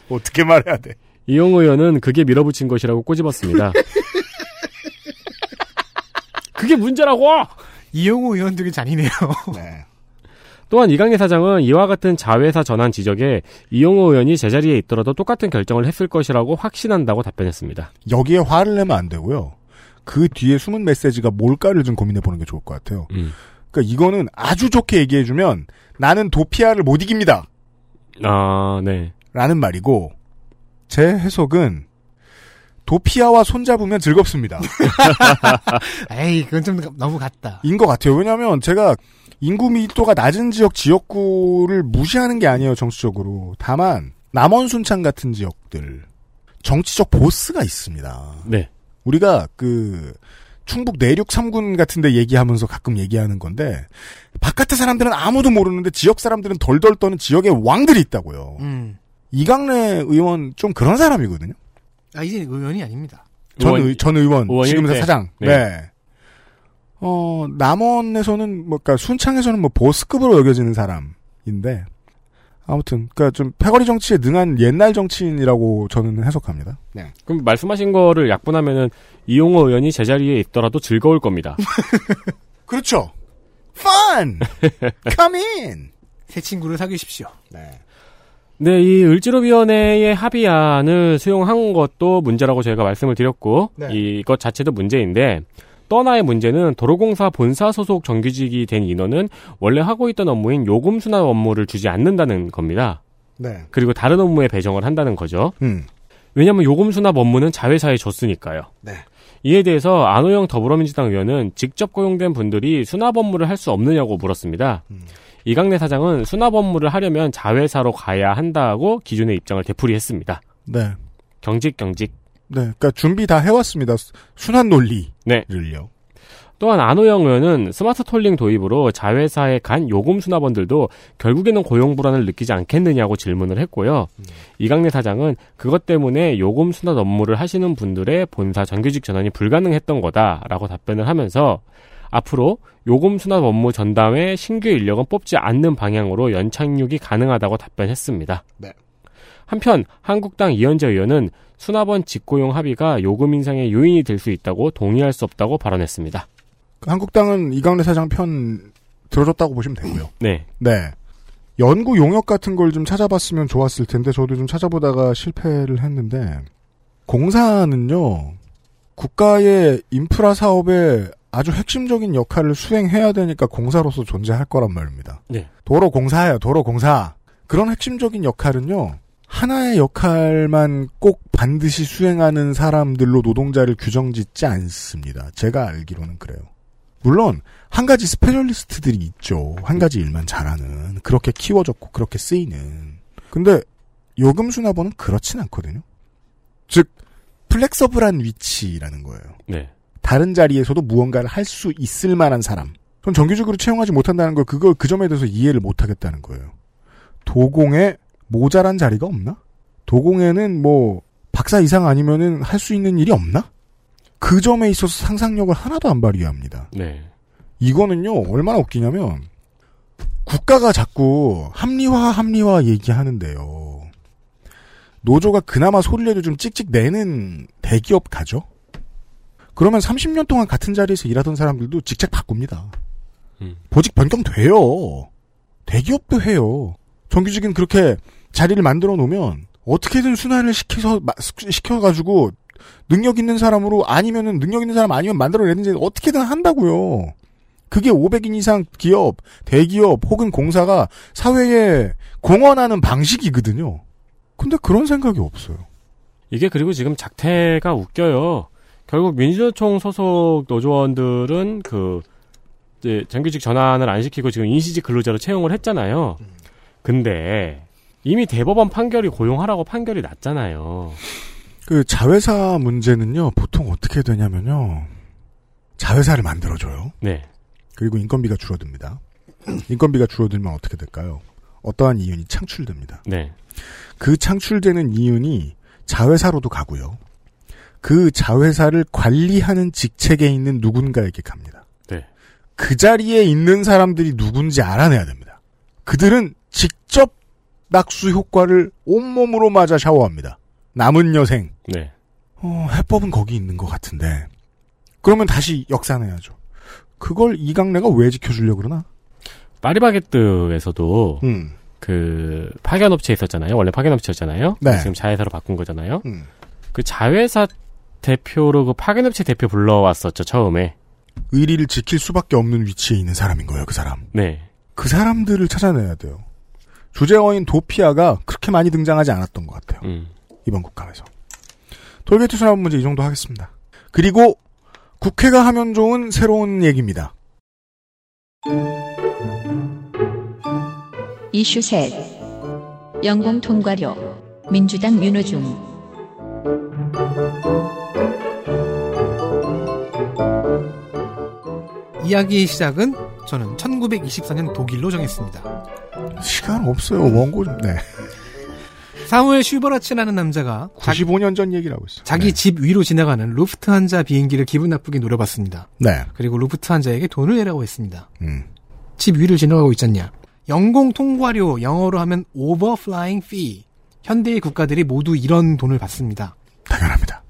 어떻게 말해야 돼?
이용호 의원은 그게 밀어붙인 것이라고 꼬집었습니다. 그게 문제라고!
(laughs) 이용호 의원
(laughs)
되게 잔인해요.
네.
또한 이강래 사장은 이와 같은 자회사 전환 지적에 이용호 의원이 제자리에 있더라도 똑같은 결정을 했을 것이라고 확신한다고 답변했습니다.
여기에 화를 내면 안 되고요. 그 뒤에 숨은 메시지가 뭘까를 좀 고민해 보는 게 좋을 것 같아요. 그러니까 이거는 아주 좋게 얘기해 주면 나는 도피아를 못 이깁니다.
아, 네.
라는 말이고 제 해석은 도피아와 손잡으면 즐겁습니다.
에이 그건 좀 너무 같다.
인 것 같아요. 왜냐하면 제가 인구 밀도가 낮은 지역 지역구를 무시하는 게 아니에요 정치적으로. 다만 남원 순창 같은 지역들 정치적 보스가 있습니다.
네.
우리가 그 충북 내륙 3군 같은데 얘기하면서 가끔 얘기하는 건데 바깥의 사람들은 아무도 모르는데 지역 사람들은 덜덜 떠는 지역의 왕들이 있다고요.
음.
이강래 의원 좀 그런 사람이거든요.
아 이제 의원이 아닙니다.
전,
의원-
의, 전 의원,
의원
지금
일대.
사장. 네.
네.
어, 남원에서는, 뭐, 그니까, 순창에서는 뭐, 보스급으로 여겨지는 사람인데, 아무튼, 그니까 좀, 패거리 정치에 능한 옛날 정치인이라고 저는 해석합니다. 네.
그럼 말씀하신 거를 약분하면은 이용호 의원이 제자리에 있더라도 즐거울
(laughs)
겁니다.
그렇죠!
(laughs)
Fun! Come in!
새 친구를 사귀십시오.
네.
네, 이 을지로위원회의 합의안을 수용한 것도 문제라고 저희가 말씀을 드렸고
네.
이것 자체도 문제인데 또 하나의 문제는 도로공사 본사 소속 정규직이 된 인원은 원래 하고 있던 업무인 요금 수납 업무를 주지 않는다는 겁니다.
네.
그리고 다른 업무에 배정을 한다는 거죠.
음.
왜냐하면 요금 수납 업무는 자회사에 줬으니까요.
네.
이에 대해서 안호영 더불어민주당 의원은 직접 고용된 분들이 수납 업무를 할 수 없느냐고 물었습니다. 이강래 사장은 수납 업무를 하려면 자회사로 가야 한다고 기존의 입장을 되풀이했습니다.
네.
경직 경직.
네. 그니까, 준비 다 해왔습니다. 수- 순환 논리를요.
네. 또한 안호영 의원은 스마트 톨링 도입으로 자회사에 간 요금 수납원들도 결국에는 고용 불안을 느끼지 않겠느냐고 질문을 했고요. 이강래 사장은 그것 때문에 요금 수납 업무를 하시는 분들의 본사 정규직 전환이 불가능했던 거다라고 답변을 하면서 앞으로 요금 수납 업무 전담에 신규 인력은 뽑지 않는 방향으로 연착륙이 가능하다고 답변했습니다.
네.
한편 한국당 이현재 의원은 수납원 직고용 합의가 요금 인상의 요인이 될 수 있다고 동의할 수 없다고 발언했습니다.
한국당은 이강래 사장 편 들어줬다고 보시면 되고요.
네.
네. 연구 용역 같은 걸 좀 찾아봤으면 좋았을 텐데 저도 좀 찾아보다가 실패를 했는데 공사는요 국가의 인프라 사업에 아주 핵심적인 역할을 수행해야 되니까 공사로서 존재할 거란 말입니다.
네.
도로 공사예요, 도로 공사. 그런 핵심적인 역할은요 하나의 역할만 꼭 반드시 수행하는 사람들로 노동자를 규정짓지 않습니다. 제가 알기로는 그래요. 물론 한 가지 스페셜리스트들이 있죠. 한 가지 일만 잘하는. 그렇게 키워졌고, 그렇게 쓰이는. 근데, 요금 수납원은 그렇진 않거든요. 즉, 플렉서블한 위치라는 거예요.
네.
다른 자리에서도 무언가를 할 수 있을 만한 사람. 전 정규직으로 채용하지 못한다는 걸, 그걸 그 점에 대해서 이해를 못 하겠다는 거예요. 도공에 모자란 자리가 없나? 도공에는 뭐, 박사 이상 아니면은 할 수 있는 일이 없나? 그 점에 있어서 상상력을 하나도 안 발휘합니다.
네.
이거는요 얼마나 웃기냐면 국가가 자꾸 합리화 합리화 얘기하는데요 노조가 그나마 소리라도 좀 찍찍 내는 대기업 가죠 그러면 30년 동안 같은 자리에서 일하던 사람들도 직책 바꿉니다
음.
보직 변경 돼요 대기업도 해요 정규직은 그렇게 자리를 만들어 놓으면 어떻게든 순환을 시켜서 마- 시켜 가지고 능력 있는 사람으로 아니면은 능력 있는 사람 아니면 만들어내든지 어떻게든 한다고요. 그게 500인 이상 기업, 대기업 혹은 공사가 사회에 공헌하는 방식이거든요. 근데 그런 생각이 없어요.
이게 그리고 지금 작태가 웃겨요. 결국 민주노총 소속 노조원들은 그 이제 정규직 전환을 안 시키고 지금 인시직 근로자로 채용을 했잖아요. 근데 이미 대법원 판결이 고용하라고 판결이 났잖아요.
그 자회사 문제는요, 보통 어떻게 되냐면요. 자회사를 만들어줘요.
네.
그리고 인건비가 줄어듭니다. 인건비가 줄어들면 어떻게 될까요? 어떠한 이윤이 창출됩니다.
네.
그 창출되는 이윤이 자회사로도 가고요. 그 자회사를 관리하는 직책에 있는 누군가에게 갑니다.
네.
그 자리에 있는 사람들이 누군지 알아내야 됩니다. 그들은 직접 낙수 효과를 온몸으로 맞아 샤워합니다. 남은 여생.
네.
어, 해법은 거기 있는 것 같은데. 그러면 다시 역산해야죠. 그걸 이강래가 왜 지켜주려고 그러나?
파리바게뜨에서도
음,
그 파견업체 있었잖아요. 원래 파견업체였잖아요.
네.
지금 자회사로 바꾼 거잖아요.
음.
그 자회사 대표로 그 파견업체 대표 불러왔었죠. 처음에.
의리를 지킬 수밖에 없는 위치에 있는 사람인 거예요, 그 사람.
네.
그 사람들을 찾아내야 돼요. 주제어인 도피아가 그렇게 많이 등장하지 않았던 것 같아요.
음.
이번 국감에서. 돌게트 수납 문제 이 정도 하겠습니다. 그리고 국회가 하면 좋은 새로운 얘기입니다.
이슈 셋 연공 통과료 민주당 윤호중
이야기의 시작은 저는 1924년 독일로 정했습니다.
시간 없어요.
음.
원고 좀. 네.
사무엘 슈버라츠라는 남자가 자,
95년 전 얘기를 하고 있어요.
자기 집 위로 지나가는 루프트한자 비행기를 기분 나쁘게 노려봤습니다.
네. 네.
그리고 루프트한자에게 돈을 내라고 했습니다.
음.
집 위를 지나가고 있잖냐. 영공 통과료 영어로 하면 overflying fee. 현대의 국가들이 모두 이런 돈을 받습니다.
당연합니다.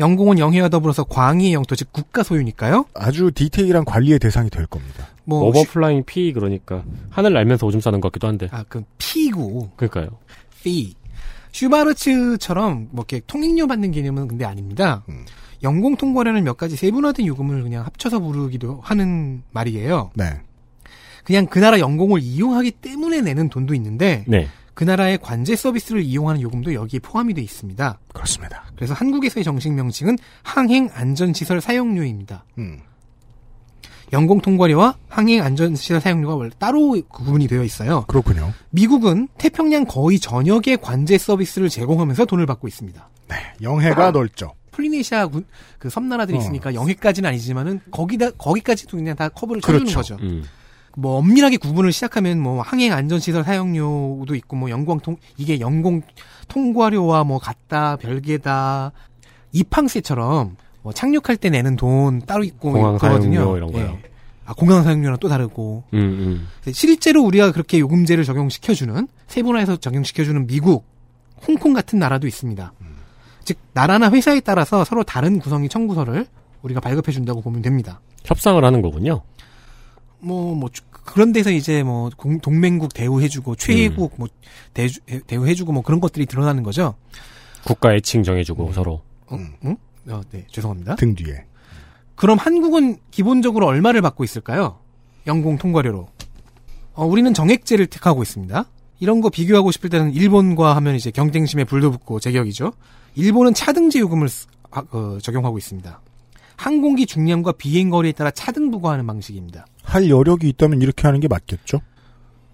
영공은 영해와 더불어서 광의의 영토 즉 국가 소유니까요.
아주 디테일한 관리의 대상이 될 겁니다.
뭐
오버플라잉 P 그러니까 하늘 날면서 오줌 싸는 것 같기도 한데.
아그 피고
그러니까요.
fee. 슈바르츠처럼 뭐 이렇게 통행료 받는 개념은 근데 아닙니다.
음.
영공 통과료는 몇 가지 세분화된 요금을 그냥 합쳐서 부르기도 하는 말이에요.
네.
그냥 그 나라 영공을 이용하기 때문에 내는 돈도 있는데
네.
그 나라의 관제 서비스를 이용하는 요금도 여기에 포함이 돼 있습니다.
그렇습니다.
그래서 한국에서의 정식 명칭은 항행안전시설 사용료입니다.
음.
연공 통과료와 항행안전시설 사용료가 원래 따로 그 구분이 되어 있어요.
그렇군요.
미국은 태평양 거의 전역의 관제 서비스를 제공하면서 돈을 받고 있습니다.
네. 영해가 넓죠.
플리네시아 군, 그 섬나라들이
어.
있으니까 영해까지는 아니지만은 거기다 거기까지도 그냥 다 커버를 쳐주는
그렇죠.
거죠.
음.
뭐 엄밀하게 구분을 시작하면 뭐 항행 안전시설 사용료도 있고 뭐 영광통 이게 영공 통과료와 뭐 같다 별개다 입항세처럼 뭐 착륙할 때 내는 돈 따로 있고
공항
그러거든요.
사용료 이런 거요.
예. 아, 공항 사용료랑 또 다르고
음, 음.
실제로 우리가 그렇게 요금제를 적용시켜주는 세분화해서 적용시켜주는 미국, 홍콩 같은 나라도 있습니다.
음.
즉 나라나 회사에 따라서 서로 다른 구성의 청구서를 우리가 발급해 준다고 보면 됩니다.
협상을 하는 거군요.
뭐, 뭐, 주- 그런 데서 이제 뭐, 공- 동맹국 대우해주고, 최애국 뭐, 대주, 대우해주고 뭐 그런 것들이 드러나는 거죠.
국가 애칭 정해주고 서로.
어, 응? 어, 네, 죄송합니다.
등 뒤에.
그럼 한국은 기본적으로 얼마를 받고 있을까요? 연공 통과료로. 어, 우리는 정액제를 택하고 있습니다. 이런 거 비교하고 싶을 때는 일본과 하면 이제 경쟁심에 불도 붙고 제격이죠. 일본은 차등제 요금을 쓰- 아, 어, 적용하고 있습니다. 항공기 중량과 비행 거리에 따라 차등 부과하는 방식입니다.
할 여력이 있다면 이렇게 하는 게 맞겠죠?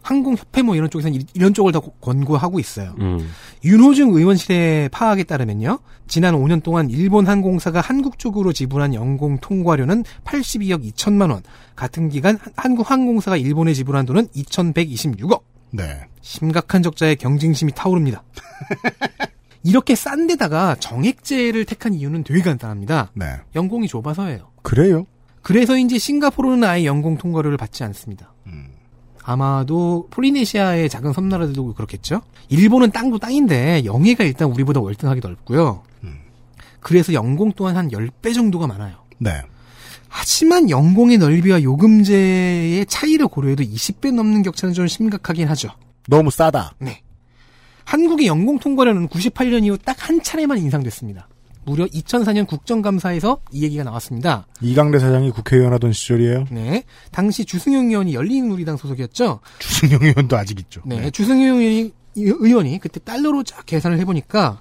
항공협회 뭐 이런 쪽에서는 이- 이런 쪽을 다 고- 권고하고 있어요.
음.
윤호중 의원실의 파악에 따르면요. 지난 5년 동안 일본 항공사가 한국 쪽으로 지불한 연공 통과료는 82억 2천만 원. 같은 기간 한- 한국 항공사가 일본에 지불한 돈은 2,126억.
네.
심각한 적자에 경쟁심이 타오릅니다. (laughs) 이렇게 싼 데다가 정액제를 택한 이유는 되게 간단합니다.
네.
연공이 좁아서예요.
그래요?
그래서인지 싱가포르는 아예 연공 통과료를 받지 않습니다. 아마도 폴리네시아의 작은 섬나라들도 그렇겠죠. 일본은 땅도 땅인데 영해가 일단 우리보다 월등하게 넓고요. 그래서 연공 또한 한 10배 정도가 많아요.
네.
하지만 연공의 넓이와 요금제의 차이를 고려해도 20배 넘는 격차는 좀 심각하긴 하죠. 네.
너무 싸다.
한국의 연공 통과료는 98년 이후 딱 한 차례만 인상됐습니다. 무려 2004년 국정감사에서 이 얘기가 나왔습니다.
이강래 사장이 국회의원 하던 시절이에요.
네. 당시 주승용 의원이 열린우리당 소속이었죠.
주승용 의원도 아직 있죠.
네. 주승용 의원이, 의원이 그때 달러로 쫙 계산을 해보니까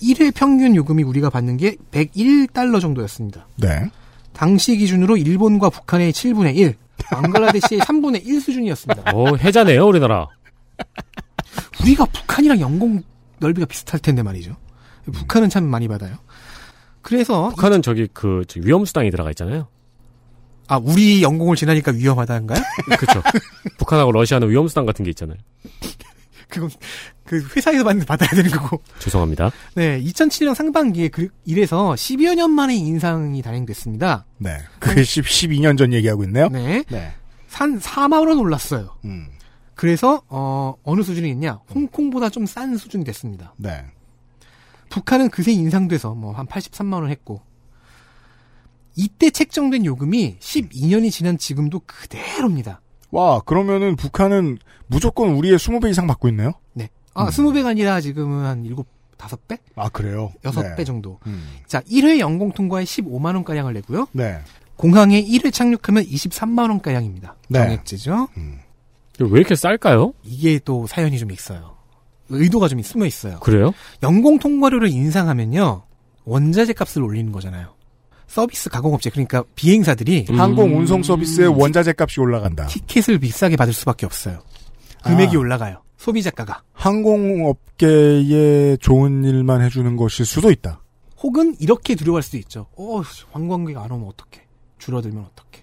1회 평균 요금이 우리가 받는 게 101달러 정도였습니다.
네.
당시 기준으로 일본과 북한의 7분의 1,
(laughs)
방글라데시의 3분의 1 수준이었습니다.
어, 해자네요, 우리나라.
우리가 북한이랑 연공 넓이가 비슷할 텐데 말이죠.
음.
북한은 참 많이 받아요. 그래서
북한은 저기 그, 저 위험수당이 들어가 있잖아요.
아 우리 연공을 지나니까 위험하다인가요?
그쵸. 북한하고 러시아는 위험수당 같은 게 있잖아요.
(laughs) 그건 그 회사에서 받는 받아야 되는 거고.
죄송합니다.
네, 2007년 상반기에 그, 이래서 10여 년 만에 인상이 단행됐습니다.
네. 그게 10, 12년 전 얘기하고 있네요?
네,
네.
산 4만 원 올랐어요.
음.
그래서 어, 어느 수준이 있냐? 홍콩보다 좀 싼 수준이 됐습니다.
네.
북한은 그새 인상돼서 뭐 한 83만 원 했고 이때 책정된 요금이 12년이 지난 지금도 그대로입니다.
와, 그러면은 북한은 무조건 우리의 20배 이상 받고 있네요?
네,
음.
아 20배가 아니라 지금은 한 7, 5배?
아, 그래요?
6배
네.
정도.
음.
자, 1회 연공 통과에 15만 원가량을 내고요.
네.
공항에 1회 착륙하면 23만 원가량입니다.
네.
정액제죠.
이거 왜 이렇게 쌀까요?
이게 또 사연이 좀 있어요. 의도가 좀 숨어 있어요.
그래요?
연공 통과료를 인상하면요. 원자재 값을 올리는 거잖아요. 서비스 가공업체 그러니까 비행사들이
음.
항공 운송 서비스의 원자재 값이 올라간다.
음. 티켓을 비싸게 받을 수밖에 없어요. 금액이
아.
올라가요. 소비자가가.
항공업계에 좋은 일만 해주는 것일 수도 있다.
혹은 이렇게 두려워할 수도 있죠. 어, 관광객 안 오면 어떡해. 줄어들면 어떡해.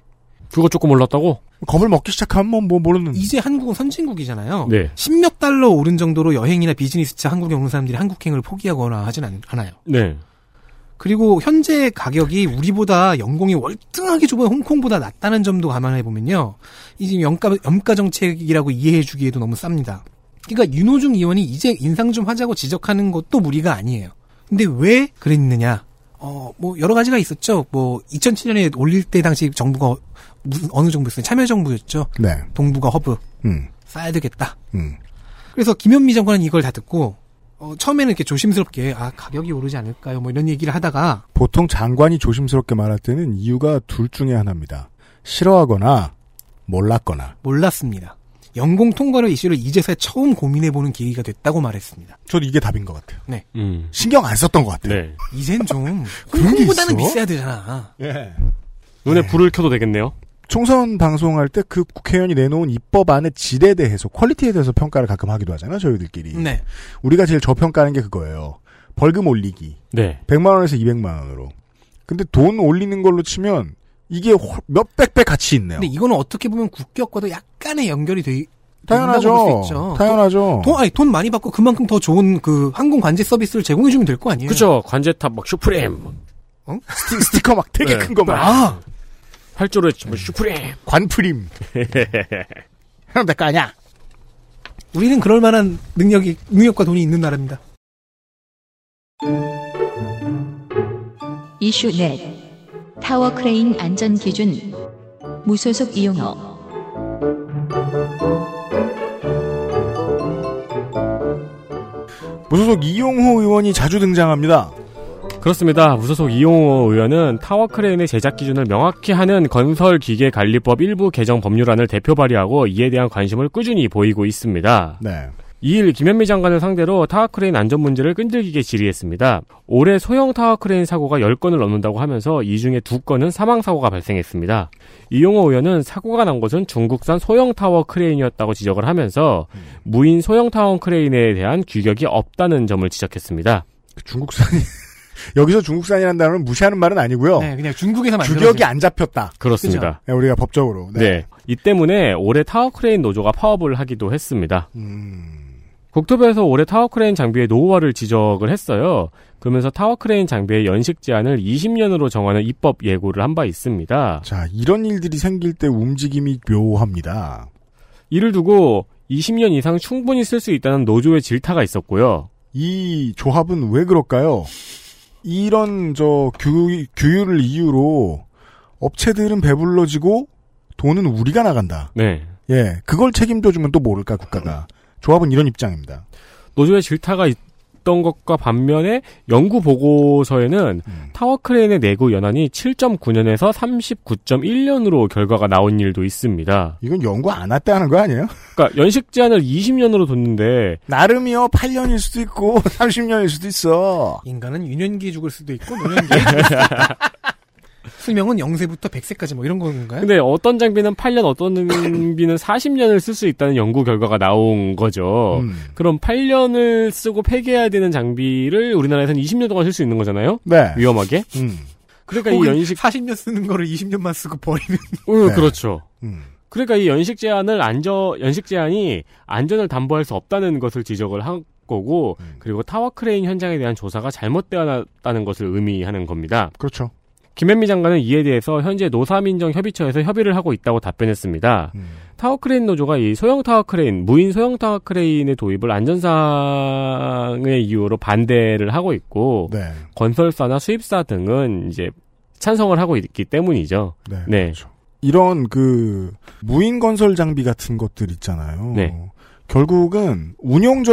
그거 조금 올랐다고?
겁을 먹기 시작하면 뭐 모르는.
이제 한국은 선진국이잖아요.
네.
10몇 달러 오른 정도로 여행이나 비즈니스차 한국에 오는 사람들이 한국행을 포기하거나 하진 않, 않아요.
네.
그리고 현재 가격이 우리보다 연공이 월등하게 좁은 홍콩보다 낮다는 점도 감안해 보면요. 이 지금 염가, 염가 정책이라고 이해해 주기에도 너무 쌉니다. 그러니까 윤호중 의원이 이제 인상 좀 하자고 지적하는 것도 무리가 아니에요. 근데 왜 그랬느냐? 어, 뭐 여러 가지가 있었죠. 뭐 2007년에 올릴 때 당시 정부가 무슨 어느 정부였어요? 참여정부였죠.
네.
동북아 허브
음.
싸야 되겠다.
음.
그래서 김현미 장관은 이걸 다 듣고 어, 처음에는 이렇게 조심스럽게 아 가격이 오르지 않을까요? 뭐 이런 얘기를 하다가
보통 장관이 조심스럽게 말할 때는 이유가 둘 중에 하나입니다. 싫어하거나 몰랐거나.
몰랐습니다. 연공 통과료 이슈를 이제서야 처음 고민해보는 계기가 됐다고 말했습니다.
저도 이게 답인 것 같아요.
음.
신경 안 썼던 것 같아요.
네.
이젠 (laughs) 좀
그런 게
홍콩보다는
있어?
비싸야 되잖아.
예.
눈에 불을 켜도 되겠네요.
총선 방송할 때 그 국회의원이 내놓은 입법안의 질에 대해서 퀄리티에 대해서 평가를 가끔 하기도 하잖아요. 저희들끼리.
네.
우리가 제일 저평가하는 게 그거예요. 벌금 올리기.
네.
100만 원에서 200만 원으로. 근데 돈 올리는 걸로 치면 이게 훨- 몇백 배 가치 있네요.
근데 이거는 어떻게 보면 국격과도 약간의 연결이 돼 된다고 볼수
당연하죠.
있죠.
당연하죠.
돈, 아니, 돈 많이 받고 그만큼 더 좋은 그 항공 관제 서비스를 제공해주면 될 거 아니에요?
그쵸. 관제탑 막 슈프림.
스티, 커막 되게
네.
큰 거만.
아!
활주로 치면 슈프림.
관프림. 하면 될거 아니야.
우리는 그럴 만한 능력이 능력과 돈이 있는 나라입니다.
이슈 넷 타워 크레인 안전 기준 무소속 이용호
무소속 이용호 의원이 자주 등장합니다.
그렇습니다. 무소속 이용호 의원은 타워크레인의 제작 기준을 명확히 하는 건설기계관리법 일부 개정 법률안을 대표 발의하고 이에 대한 관심을 꾸준히 보이고 있습니다.
네.
이일 김현미 장관을 상대로 타워크레인 안전 문제를 끈질기게 질의했습니다. 올해 소형 타워크레인 사고가 10건을 넘는다고 하면서 이 중에 2건은 사망사고가 발생했습니다. 이용호 의원은 사고가 난 것은 중국산 소형 타워크레인이었다고 지적을 하면서 무인 소형 타워크레인에 대한 규격이 없다는 점을 지적했습니다.
그 중국산이 (laughs) 여기서 중국산이라는 단어를 무시하는 말은 아니고요.
네, 그냥 중국에서 만들어.
규격이 아- 안 잡혔다.
그렇습니다.
네, 우리가 법적으로.
네. 이 때문에 올해 타워크레인 노조가 파업을 하기도 했습니다.
음,
국토부에서 올해 타워크레인 장비의 노후화를 지적을 했어요. 그러면서 타워크레인 장비의 연식 제한을 20년으로 정하는 입법 예고를 한 바 있습니다.
자, 이런 일들이 생길 때 움직임이 묘합니다.
이를 두고 20년 이상 충분히 쓸 수 있다는 노조의 질타가 있었고요.
이 조합은 왜 그럴까요? 이런 저 규, 규율을 이유로 업체들은 배불러지고 돈은 우리가 나간다.
네.
예, 그걸 책임져주면 또 모를까 국가가. 조합은 이런 입장입니다.
노조의 질타가 있던 것과 반면에 연구 보고서에는 타워크레인의 내구 연한이 7.9년에서 39.1년으로 결과가 나온 일도 있습니다.
이건 연구 안 왔다 하는 거 아니에요?
그러니까 연식 제한을 20년으로 뒀는데
나름이요, 8년일 수도 있고 (laughs) 30년일 수도 있어.
인간은 유년기에 죽을 수도 있고
(laughs)
노년기에 (laughs) 죽을 수도 있고. 수명은 0세부터 100세까지 뭐 이런 건가요?
근데 어떤 장비는 8년 어떤 장비는 40년을 쓸 수 있다는 연구 결과가 나온 거죠.
음.
그럼 8년을 쓰고 폐기해야 되는 장비를 우리나라에서는 20년 동안 쓸 수 있는 거잖아요?
네.
위험하게?
음.
그러니까 이
(laughs)
연식
40년 쓰는 거를 20년만 쓰고 버리는
어,
네.
그렇죠.
음.
그러니까 이 연식 제한을 안전 연식 제한이 안전을 담보할 수 없다는 것을 지적을 한 거고
음.
그리고 타워 크레인 현장에 대한 조사가 잘못되었다는 것을 의미하는 겁니다.
그렇죠.
김현미 장관은 이에 대해서 현재 노사민정협의처에서 협의를 하고 있다고 답변했습니다.
음.
타워크레인 노조가 이 소형 타워크레인, 무인 소형 타워크레인의 도입을 안전상의 이유로 반대를 하고 있고
네.
건설사나 수입사 등은 이제 찬성을 하고 있기 때문이죠.
네.
네.
그렇죠. 이런 그 무인 건설 장비 같은 것들 있잖아요.
네.
결국은 운영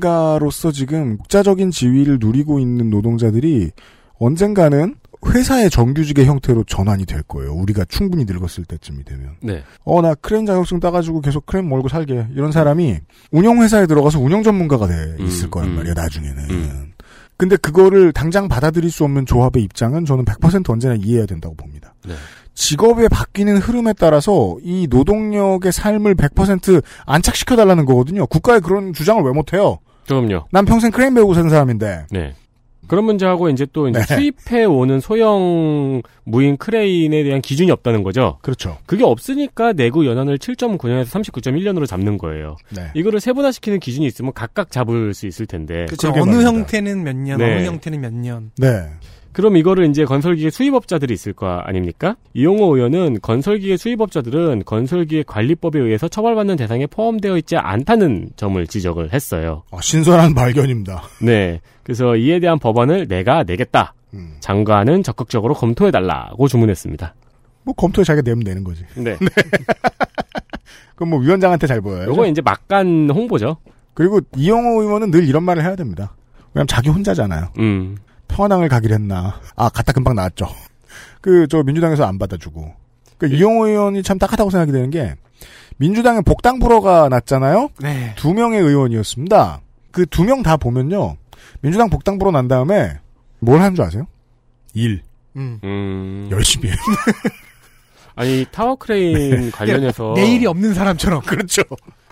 전문가로서 지금 독자적인 지위를 누리고 있는 노동자들이 언젠가는 회사의 정규직의 형태로 전환이 될 거예요. 우리가 충분히 늙었을 때쯤이 되면.
네.
어, 나 크레인 자격증 따가지고 계속 크레인 몰고 살게. 이런 사람이 운영회사에 들어가서 운영 전문가가 돼 있을
음,
거란
음.
말이에요, 나중에는.
음.
근데 그거를 당장 받아들일 수 없는 조합의 입장은 저는 100% 언제나 이해해야 된다고 봅니다.
네.
직업의 바뀌는 흐름에 따라서 이 노동력의 삶을 100% 안착시켜달라는 거거든요. 국가에 그런 주장을 왜 못해요?
그럼요.
난 평생 크레인 배우고 산 사람인데.
네. 그런 문제하고 이제 또 이제
네.
수입해 오는 소형 무인 크레인에 대한 기준이 없다는 거죠.
그렇죠.
그게 없으니까 내구 연한을 7.9년에서 39.1년으로 잡는 거예요.
네.
이거를 세분화시키는 기준이 있으면 각각 잡을 수 있을 텐데
그렇죠.
그러게
어느
말입니다.
형태는 몇 년,
네.
어느 형태는 몇 년.
네.
그럼 이거를 이제 건설기계 수입업자들이 있을 거 아닙니까? 이용호 의원은 건설기계 수입업자들은 건설기계 관리법에 의해서 처벌받는 대상에 포함되어 있지 않다는 점을 지적을 했어요.
아, 신선한 (laughs) 발견입니다.
네. 그래서 이에 대한 법안을 내가 내겠다.
음.
장관은 적극적으로 검토해달라고 주문했습니다.
뭐 검토에 자기가 내면 되는 거지.
(laughs)
네.
그럼 뭐 위원장한테 잘 보여요.
요거 이제 막간 홍보죠.
그리고 이영호 의원은 늘 이런 말을 해야 됩니다. 왜냐면 자기 혼자잖아요.
음.
평화당을 가기로 했나. 아, 갔다 금방 나왔죠. 그, 저, 민주당에서 안 받아주고. 그, 이영호 의원이 참 딱하다고 생각이 되는 게, 민주당은 복당 불허가 났잖아요?
네.
두 명의 의원이었습니다. 그 두 명 다 보면요. 민주당 복당 불허 난 다음에, 뭘 하는 줄 아세요? 일.
음.
음.
열심히 해요.
아니,
(laughs)
타워크레인 관련해서.
네. 내일이 없는 사람처럼
어. (laughs) 그렇죠.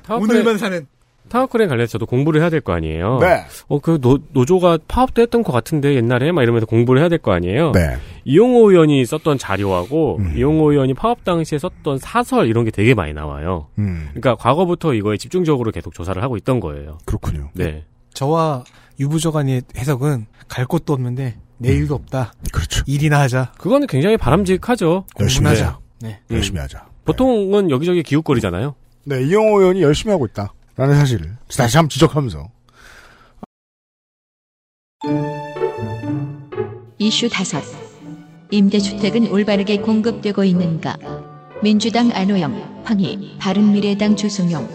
타워크레인,
오늘만 사는
타워크레인 관련해서 저도 공부를 해야 될 거 아니에요.
네.
어, 그 노, 노조가 파업도 했던 것 같은데 옛날에 막 이러면서 공부를 해야 될 거 아니에요.
네.
이용호 의원이 썼던 자료하고
음.
이용호 의원이 파업 당시에 썼던 사설 이런 게 되게 많이 나와요.
음,
그러니까 과거부터 이거에 집중적으로 계속 조사를 하고 있던 거예요.
그렇군요.
네.
저와 유부조 간의 해석은 갈 곳도 없는데 내일도 없다.
그렇죠.
일이나 하자.
그거는 굉장히 바람직하죠.
열심히
공부나 하자. 네.
열심히 하자.
보통은 여기저기 기웃거리잖아요.
네, 이영호 의원이 열심히 하고 있다. 라는 사실을 다시 한번 지적하면서
이슈 다섯. 임대주택은 올바르게 공급되고 있는가? 민주당 안호영, 황희, 바른미래당 조승용.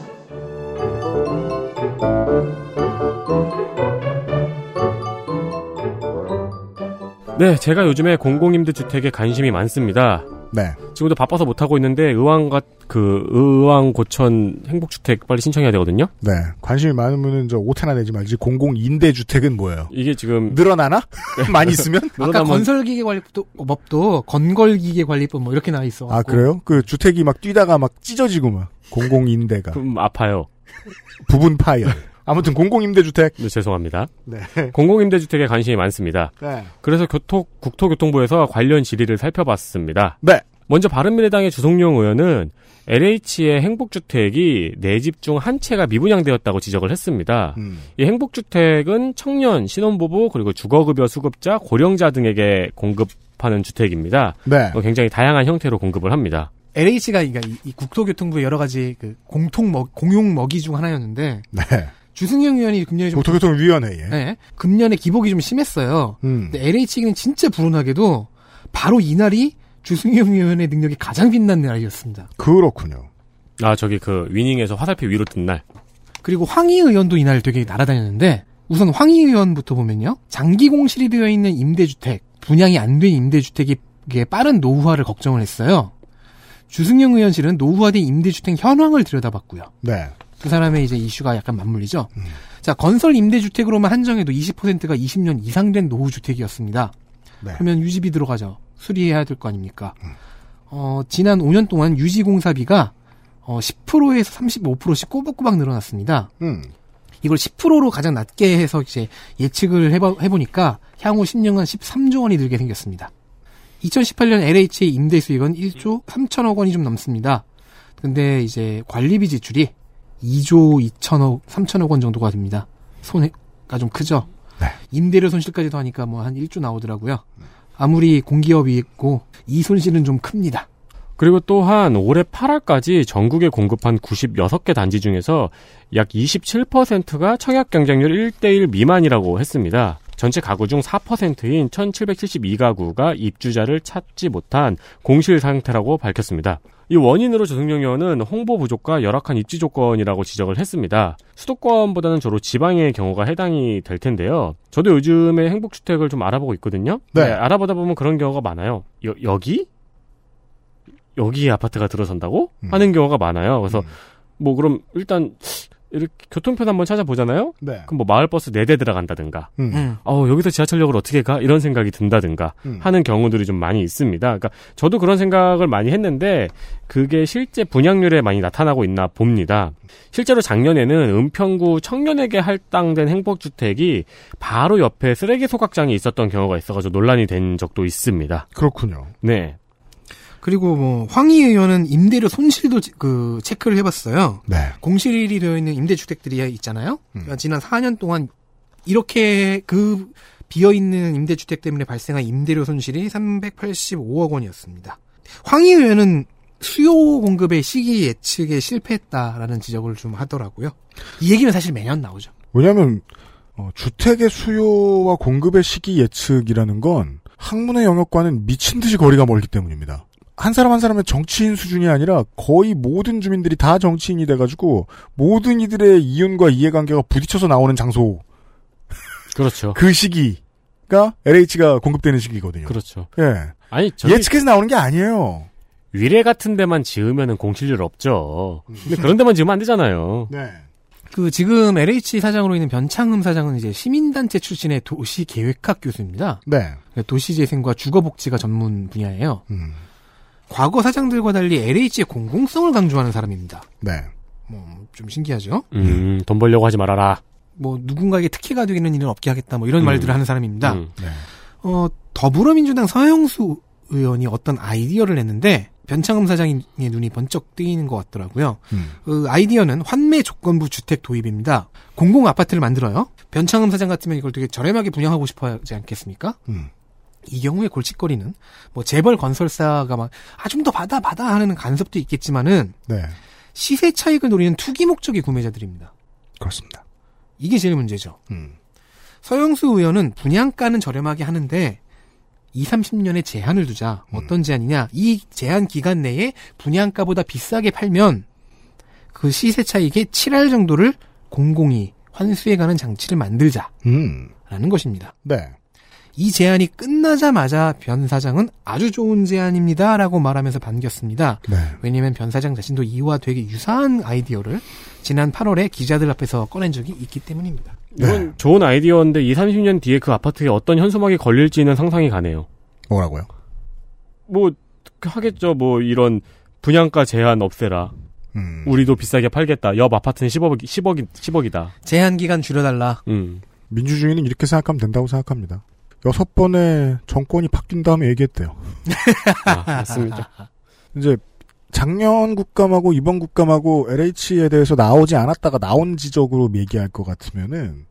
네, 제가 요즘에 공공임대 주택에 관심이 많습니다.
네,
지금도 바빠서 못하고 있는데 의왕과 그 의왕 고천 행복주택 빨리 신청해야 되거든요.
네 관심이 많으면은 저 오태나 내지 말지 공공 임대 주택은 뭐예요?
이게 지금
늘어나나? (laughs) 많이 있으면?
아까 건설기계관리법도 건걸기계관리법 뭐 이렇게 나와 있어.
아 그래요? 그 주택이 막 뛰다가 막 찢어지고 막 공공
(laughs)
임대가
좀 아파요.
부분 파열. 아무튼 공공 임대 주택.
네, 죄송합니다.
네.
공공임대주택에 관심이 많습니다.
네.
그래서 교토, 국토교통부에서 관련 질의를 살펴봤습니다.
네.
먼저 바른미래당의 주성용 의원은 LH의 행복주택이 네 집 중 한 채가 미분양되었다고 지적을 했습니다.
음.
이 행복주택은 청년, 신혼부부, 그리고 주거급여 수급자, 고령자 등에게 공급하는 주택입니다.
네.
어, 굉장히 다양한 형태로 공급을 합니다.
LH가 그러니까 이, 이 국토교통부의 여러 가지 그 공통 먹, 공용 먹이 중 하나였는데
네.
주승용 의원이 금년에 좀
국토교통위원회에.
어, 네, 금년에 기복이 좀 심했어요.
음.
근데 LH는 진짜 불운하게도 바로 이날이 주승용 의원의 능력이 가장 빛난 날이었습니다.
그렇군요.
아, 저기 그 위닝에서 화살표 위로 뜬 날.
그리고 황희 의원도 이날 되게 날아다녔는데 우선 황희 의원부터 보면요. 장기 공실이 되어 있는 임대주택, 분양이 안 된 임대주택이 이게 빠른 노후화를 걱정을 했어요. 주승용 의원실은 노후화된 임대주택 현황을 들여다봤고요.
네.
두 사람의 이제 이슈가 약간 맞물리죠. 자, 건설 임대주택으로만 한정해도 20%가 20년 이상 된 노후주택이었습니다.
네.
그러면 유지비 들어가죠. 수리해야 될 거 아닙니까? 어, 지난 5년 동안 유지공사비가 어, 10%에서 35%씩 꼬박꼬박 늘어났습니다.
음.
이걸 10%로 가장 낮게 해서 이제 예측을 해봐, 해보니까 향후 10년간 13조 원이 늘게 생겼습니다. 2018년 LH의 임대 수익은 1조 3천억 원이 좀 넘습니다. 근데 이제 관리비 지출이 2조 2천억, 3천억 원 정도가 됩니다. 손해가 좀 크죠?
네.
임대료 손실까지 더하니까 뭐 한 1조 나오더라고요. 아무리 공기업이 있고 이 손실은 좀 큽니다.
그리고 또한 올해 8월까지 전국에 공급한 96개 단지 중에서 약 27%가 청약 경쟁률 1대1 미만이라고 했습니다. 전체 가구 중 4%인 1772가구가 입주자를 찾지 못한 공실 상태라고 밝혔습니다. 이 원인으로 조승용 의원은 홍보 부족과 열악한 입지 조건이라고 지적을 했습니다. 수도권보다는 주로 지방의 경우가 해당이 될 텐데요. 저도 요즘에 행복주택을 좀 알아보고 있거든요.
네.
알아보다 보면 그런 경우가 많아요. 여, 여기? 여기 아파트가 들어선다고
음.
하는 경우가 많아요. 그래서
음.
뭐 그럼 일단 이렇게 교통편 한번 찾아보잖아요.
네.
그럼 뭐 마을버스 4대 들어간다든가.
음.
어, 여기서 지하철역을 어떻게 가? 이런 생각이 든다든가
음.
하는 경우들이 좀 많이 있습니다. 그러니까 저도 그런 생각을 많이 했는데 그게 실제 분양률에 많이 나타나고 있나 봅니다. 실제로 작년에는 은평구 청년에게 할당된 행복주택이 바로 옆에 쓰레기 소각장이 있었던 경우가 있어가지고 논란이 된 적도 있습니다.
그렇군요.
네.
그리고 뭐 황희 의원은 임대료 손실도 지- 그 체크를 해봤어요.
네.
공실이 되어 있는 임대주택들이 있잖아요. 그러니까
음.
지난 4년 동안 이렇게 그 비어 있는 임대주택 때문에 발생한 임대료 손실이 385억 원이었습니다. 황희 의원은 수요 공급의 시기 예측에 실패했다라는 지적을 좀 하더라고요. 이 얘기는 사실 매년 나오죠.
왜냐하면 어, 주택의 수요와 공급의 시기 예측이라는 건 학문의 영역과는 미친 듯이 거리가 멀기 때문입니다. 한 사람 한 사람의 정치인 수준이 아니라 거의 모든 주민들이 다 정치인이 돼가지고 모든 이들의 이윤과 이해관계가 부딪혀서 나오는 장소
그렇죠.
그 시기가 LH가 공급되는 시기거든요.
그렇죠.
예.
아니, 저기
예측해서 나오는 게 아니에요.
위례 같은 데만 지으면은 공실률 없죠. 근데 그런 데만 지으면 안 되잖아요.
네.
그 지금 LH 사장으로 있는 변창흠 사장은 이제 시민단체 출신의 도시계획학 교수입니다.
네.
그러니까 도시재생과 주거복지가 전문 분야예요.
음.
과거 사장들과 달리 LH의 공공성을 강조하는 사람입니다.
네.
뭐 좀 신기하죠?
음, 돈 벌려고 하지 말아라.
뭐 누군가에게 특혜가 되는 일은 없게 하겠다 뭐 이런
음.
말들을 하는 사람입니다.
음.
네.
어, 더불어민주당 서영수 의원이 어떤 아이디어를 냈는데 변창흠 사장의 눈이 번쩍 뜨이는 것 같더라고요.
음.
그 아이디어는 환매 조건부 주택 도입입니다. 공공 아파트를 만들어요. 변창흠 사장 같으면 이걸 되게 저렴하게 분양하고 싶어 하지 않겠습니까?
음.
이 경우의 골칫거리는 뭐 재벌 건설사가 막 아 좀 더 받아 받아 하는 간섭도 있겠지만은
네.
시세 차익을 노리는 투기 목적의 구매자들입니다.
그렇습니다.
이게 제일 문제죠.
음.
서영수 의원은 분양가는 저렴하게 하는데 2, 30년의 제한을 두자 어떤 제한이냐? 이 제한 기간 내에 분양가보다 비싸게 팔면 그 시세 차익의 7할 정도를 공공이 환수해 가는 장치를 만들자라는
음.
것입니다.
네.
이 제안이 끝나자마자 변 사장은 아주 좋은 제안입니다라고 말하면서 반겼습니다.
네.
왜냐면 변 사장 자신도 이와 되게 유사한 아이디어를 지난 8월에 기자들 앞에서 꺼낸 적이 있기 때문입니다.
이건 좋은 아이디어인데 2, 30년 뒤에 그 아파트에 어떤 현수막이 걸릴지는 상상이 가네요.
뭐라고요?
뭐 하겠죠. 뭐 이런 분양가 제한 없애라.
음.
우리도 비싸게 팔겠다. 옆 아파트는 10억, 10억, 10억이다.
제한 기간 줄여달라.
음.
민주주의는 이렇게 생각하면 된다고 생각합니다. 여섯 번의 정권이 바뀐 다음에 얘기했대요.
아, 맞습니다.
이제 작년 국감하고 이번 국감하고 LH에 대해서 나오지 않았다가 나온 지적으로 얘기할 것 같으면은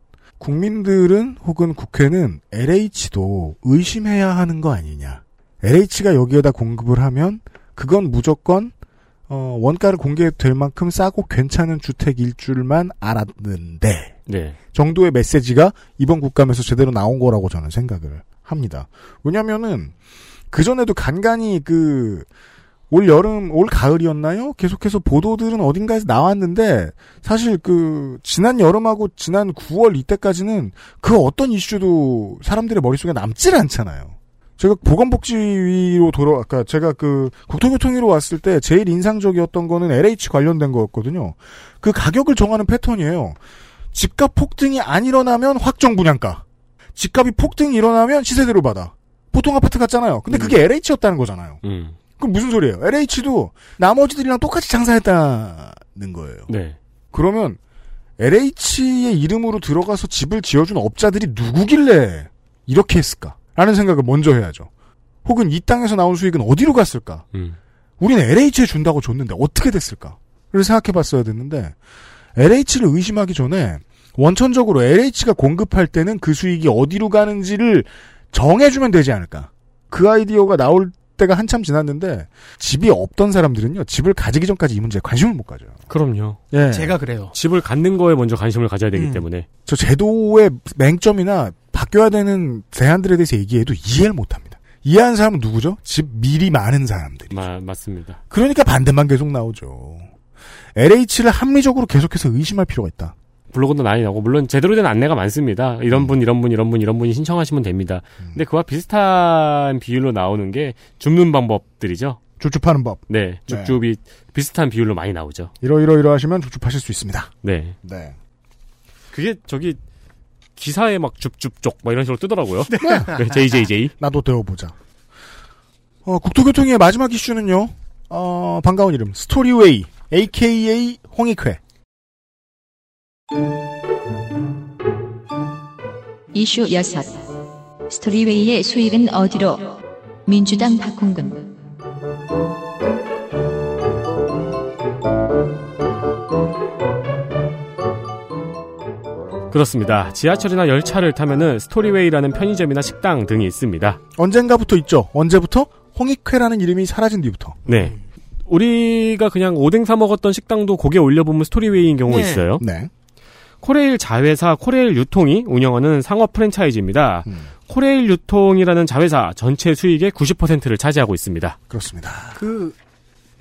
국민들은 혹은 국회는 LH도 의심해야 하는 거 아니냐. LH가 여기에다 공급을 하면 그건 무조건 어, 원가를 공개될 만큼 싸고 괜찮은 주택일 줄만 알았는데
네.
정도의 메시지가 이번 국감에서 제대로 나온 거라고 저는 생각을 합니다. 왜냐면은, 그전에도 간간히 그, 올 여름, 올 가을이었나요? 계속해서 보도들은 어딘가에서 나왔는데, 사실 그, 지난 여름하고 지난 9월 이때까지는 그 어떤 이슈도 사람들의 머릿속에 남질 않잖아요. 제가 보건복지위로 돌아, 아까 제가 그, 국토교통위로 왔을 때 제일 인상적이었던 거는 LH 관련된 거였거든요. 그 가격을 정하는 패턴이에요. 집값 폭등이 안 일어나면 확정 분양가. 집값이 폭등이 일어나면 시세대로 받아. 보통 아파트 같잖아요. 근데 그게 LH였다는 거잖아요.
음.
그럼 무슨 소리예요? LH도 나머지들이랑 똑같이 장사했다는 거예요.
네.
그러면 LH의 이름으로 들어가서 집을 지어준 업자들이 누구길래 이렇게 했을까? 라는 생각을 먼저 해야죠. 혹은 이 땅에서 나온 수익은 어디로 갔을까?
음.
우린 LH에 준다고 줬는데 어떻게 됐을까를 생각해 봤어야 됐는데 LH를 의심하기 전에 원천적으로 LH가 공급할 때는 그 수익이 어디로 가는지를 정해주면 되지 않을까. 그 아이디어가 나올 때가 한참 지났는데 집이 없던 사람들은요 집을 가지기 전까지 이 문제에 관심을 못 가져요.
그럼요.
예.
제가 그래요.
집을 갖는 거에 먼저 관심을 가져야 되기
음.
때문에.
저 제도의 맹점이나 바뀌어야 되는 대안들에 대해서 얘기해도 이해를 못 합니다. 이해하는 사람은 누구죠? 집 미리 많은 사람들.
마, 맞습니다.
그러니까 반대만 계속 나오죠. LH를 합리적으로 계속해서 의심할 필요가 있다.
블로그도 많이 나오고 물론 제대로 된 안내가 많습니다. 이런 분, 이런 분, 이런 분, 이런 분이 신청하시면 됩니다. 근데 그와 비슷한 비율로 나오는 게 줍는 방법들이죠.
줍줍하는 법.
네, 쭉쭉이 비슷한 비율로 많이 나오죠.
이러이러이러 하시면 줍줍하실 수 있습니다.
네,
네.
그게 저기 기사에 막 줍줍쪽 막 이런 식으로 뜨더라고요. (laughs) 네, JJJ.
나도 배워보자. 어, 국토교통의 마지막 이슈는요. 어, 반가운 이름. 스토리웨이. AKA 홍익회.
이슈 6. 스토리웨이의 수익은 어디로? 민주당 박홍근.
그렇습니다. 지하철이나 열차를 타면은 스토리웨이라는 편의점이나 식당 등이 있습니다.
언젠가부터 있죠. 언제부터? 홍익회라는 이름이 사라진 뒤부터.
네. 우리가 그냥 오뎅 사 먹었던 식당도 고개 올려보면 스토리웨이인 경우가
네.
있어요.
네.
코레일 자회사 코레일 유통이 운영하는 상업 프랜차이즈입니다.
음.
코레일 유통이라는 자회사 전체 수익의 90%를 차지하고 있습니다.
그렇습니다.
그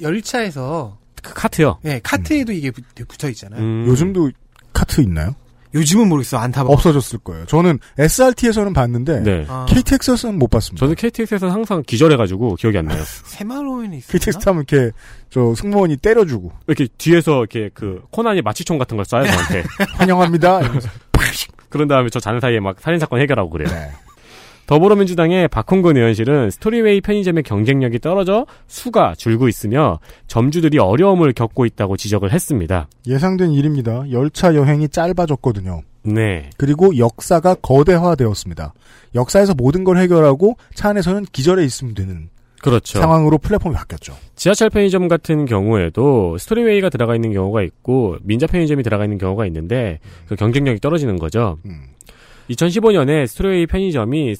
열차에서
그 카트요.
예, 카트에도 이게 붙- 붙어 있잖아요.
음,
네. 요즘도 카트 있나요?
요즘은 모르겠어. 안 타봐.
없어졌을 거예요. 저는 SRT에서는 봤는데
네.
아,
KTX에서는 못 봤습니다.
저는 KTX에서는 항상 기절해가지고 기억이 안 나요.
새마을호에는 있었나?
KTX 타면 이렇게 저 승무원이 때려주고
이렇게 뒤에서 이렇게 그 코난이 마취총 같은 걸 쏴요
(laughs)
저한테.
환영합니다. 이러면서.
그런 다음에 저 자는 사이에 막 살인 사건 해결하고 그래요.
네.
더불어민주당의 박홍근 의원실은 스토리웨이 편의점의 경쟁력이 떨어져 수가 줄고 있으며 점주들이 어려움을 겪고 있다고 지적을 했습니다.
예상된 일입니다. 열차 여행이 짧아졌거든요.
네.
그리고 역사가 거대화되었습니다. 역사에서 모든 걸 해결하고 차 안에서는 기절해 있으면 되는
그렇죠.
상황으로 플랫폼이 바뀌었죠.
지하철 편의점 같은 경우에도 스토리웨이가 들어가 있는 경우가 있고 민자 편의점이 들어가 있는 경우가 있는데 그 경쟁력이 떨어지는 거죠.
음.
2015년에 스트레이 편의점이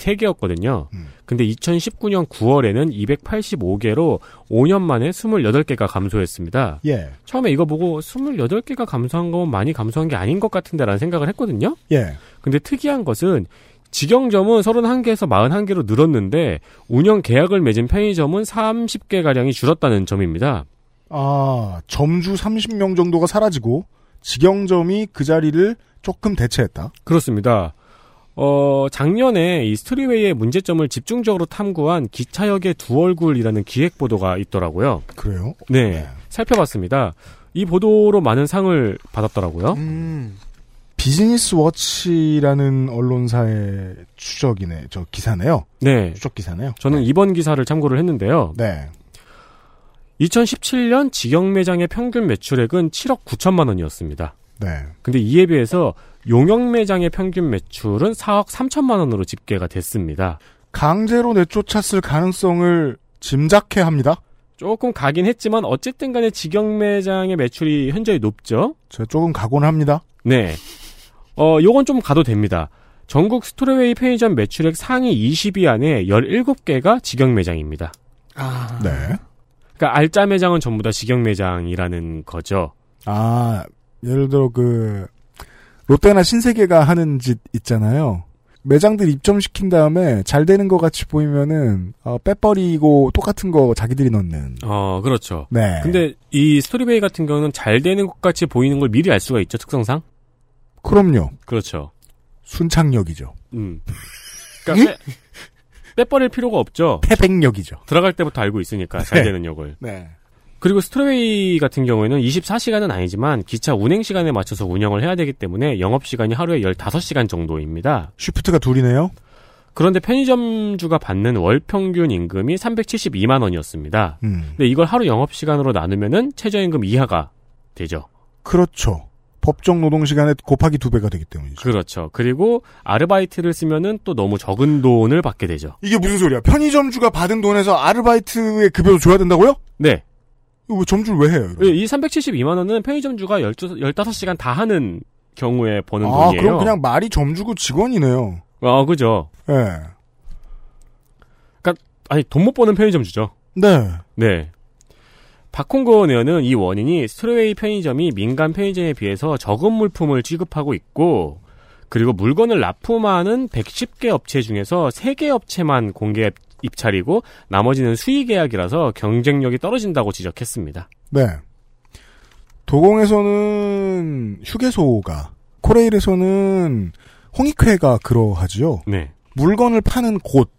313개였거든요.
음.
근데 2019년 9월에는 285개로 5년 만에 28개가 감소했습니다.
예.
처음에 이거 보고 28개가 감소한 건 많이 감소한 게 아닌 것 같은데라는 생각을 했거든요.
예.
근데 특이한 것은 직영점은 31개에서 41개로 늘었는데 운영 계약을 맺은 편의점은 30개 가량이 줄었다는 점입니다.
아, 점주 30명 정도가 사라지고 직영점이 그 자리를 조금 대체했다.
그렇습니다. 어, 작년에 이 스트리웨이의 문제점을 집중적으로 탐구한 기차역의 두 얼굴이라는 기획 보도가 있더라고요.
그래요?
네,
네.
살펴봤습니다. 이 보도로 많은 상을 받았더라고요.
음,
비즈니스 워치라는 언론사의 추적이네. 저 기사네요.
네.
추적 기사네요.
저는 이번 기사를 참고를 했는데요.
네.
2017년 직영 매장의 평균 매출액은 7억 9천만 원이었습니다.
네.
근데 이에 비해서 용역 매장의 평균 매출은 4억 3천만 원으로 집계가 됐습니다.
강제로 내쫓았을 가능성을 짐작해 합니다.
조금 가긴 했지만 어쨌든 간에 직영 매장의 매출이 현저히 높죠.
제가 조금 각오는 합니다.
네. 어, 요건 좀 가도 됩니다. 전국 스토레웨이 편의점 매출액 상위 20위 안에 17개가 직영 매장입니다.
아,
네.
그러니까 알짜 매장은 전부 다 직영 매장이라는 거죠.
아, 예를 들어 그 롯데나 신세계가 하는 짓 있잖아요. 매장들 입점시킨 다음에 잘 되는 것 같이 보이면은 어, 빼버리고 똑같은 거 자기들이 넣는.
어, 그렇죠.
네.
근데 이 스토리베이 같은 경우는 잘 되는 것 같이 보이는 걸 미리 알 수가 있죠, 특성상?
그럼요.
그렇죠.
순창력이죠.
음. 그러니까 빼, 빼버릴 필요가 없죠.
태백력이죠.
들어갈 때부터 알고 있으니까 잘
네.
되는 역을.
네.
그리고 스트레이 같은 경우에는 24시간은 아니지만 기차 운행 시간에 맞춰서 운영을 해야 되기 때문에 영업 시간이 하루에 15시간 정도입니다.
쉬프트가 둘이네요.
그런데 편의점주가 받는 월 평균 임금이 372만 원이었습니다.
음.
근데 이걸 하루 영업 시간으로 나누면은 최저임금 이하가 되죠.
그렇죠. 법정 노동 시간에 곱하기 두 배가 되기 때문이죠.
그렇죠. 그리고 아르바이트를 쓰면은 또 너무 적은 돈을 받게 되죠.
이게 무슨 소리야? 편의점주가 받은 돈에서 아르바이트의 급여도 줘야 된다고요?
네.
이거 왜 점주를 왜 해요? 이러면?
예, 이 372만 원은 편의점주가 12, 15시간 다 하는 경우에 버는
아,
돈이에요.
그럼 그냥 말이 점주고 직원이네요.
아, 그죠.
예.
아니, 돈 못 버는 편의점주죠.
네.
네. 박홍건 의원은 이 원인이 스트레웨이 편의점이 민간 편의점에 비해서 적은 물품을 취급하고 있고 그리고 물건을 납품하는 110개 업체 중에서 3개 업체만 공개 입찰이고 나머지는 수의 계약이라서 경쟁력이 떨어진다고 지적했습니다.
네. 도공에서는 휴게소가, 코레일에서는 홍익회가 그러하지요.
네.
물건을 파는 곳,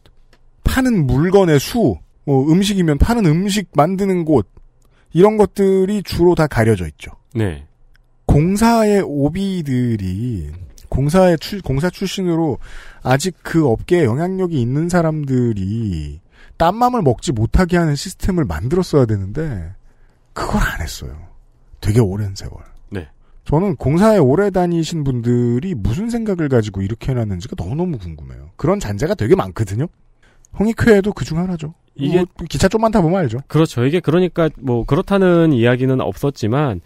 파는 물건의 수, 뭐 음식이면 파는 음식 만드는 곳, 이런 것들이 주로 다 가려져 있죠.
네.
공사의 오비들이 공사의 출, 공사 출신으로 아직 그 업계에 영향력이 있는 사람들이 딴 맘을 먹지 못하게 하는 시스템을 만들었어야 되는데 그걸 안 했어요. 되게 오랜 세월.
네.
저는 공사에 오래 다니신 분들이 무슨 생각을 가지고 이렇게 해놨는지가 너무너무 궁금해요. 그런 잔재가 되게 많거든요. 홍익회에도 그중 하나죠.
이게-
뭐 기차 좀만 타보면 알죠.
그렇죠. 이게 그러니까 뭐 그렇다는 이야기는 없었지만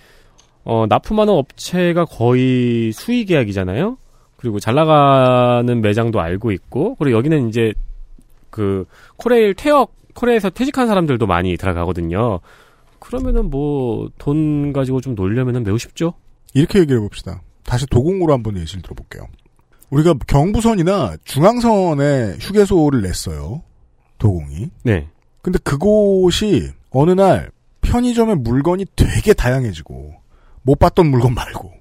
어, 납품하는 업체가 거의 수의 계약이잖아요. 그리고 잘 나가는 매장도 알고 있고 그리고 여기는 이제 그 코레일 퇴역 코레에서 퇴직한 사람들도 많이 들어가거든요. 그러면은 뭐 돈 가지고 좀 놀려면은 매우 쉽죠.
이렇게 얘기해 봅시다. 다시 도공으로 한번 예시를 들어볼게요. 우리가 경부선이나 중앙선에 휴게소를 냈어요. 도공이.
네.
근데 그곳이 어느 날 편의점의 물건이 되게 다양해지고 못 봤던 물건 말고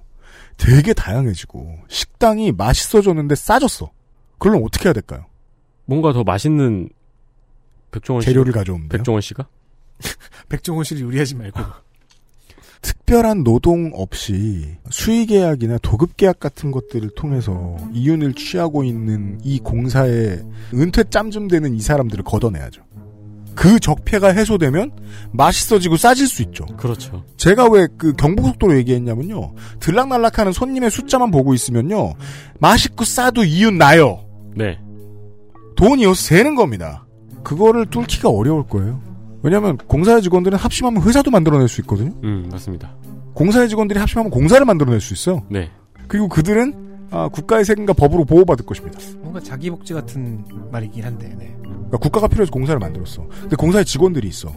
되게 다양해지고 식당이 맛있어졌는데 싸졌어. 그럼 어떻게 해야 될까요?
뭔가 더 맛있는 백종원 씨
재료를 가져오면 돼요.
백종원 씨가
백종원 씨를 유리하지 말고.
특별한 노동 없이 수의계약이나 도급계약 같은 것들을 통해서 이윤을 취하고 있는 이 공사에 은퇴짬쯤 되는 이 사람들을 걷어내야죠. 그 적폐가 해소되면 맛있어지고 싸질 수 있죠.
그렇죠.
제가 왜 그 경부고속도로 얘기했냐면요. 들락날락하는 손님의 숫자만 보고 있으면요. 맛있고 싸도 이윤 나요.
네.
돈이어서 새는 겁니다. 그거를 뚫기가 어려울 거예요. 왜냐하면 공사의 직원들은 합심하면 회사도 만들어낼 수 있거든요.
음, 맞습니다.
공사의 직원들이 합심하면 공사를 만들어낼 수 있어요.
네.
그리고 그들은 아, 국가의 세금과 법으로 보호받을 것입니다.
뭔가 자기 복지 같은 말이긴 한데. 네.
그러니까 국가가 필요해서 공사를 만들었어. 근데 공사에 직원들이 있어.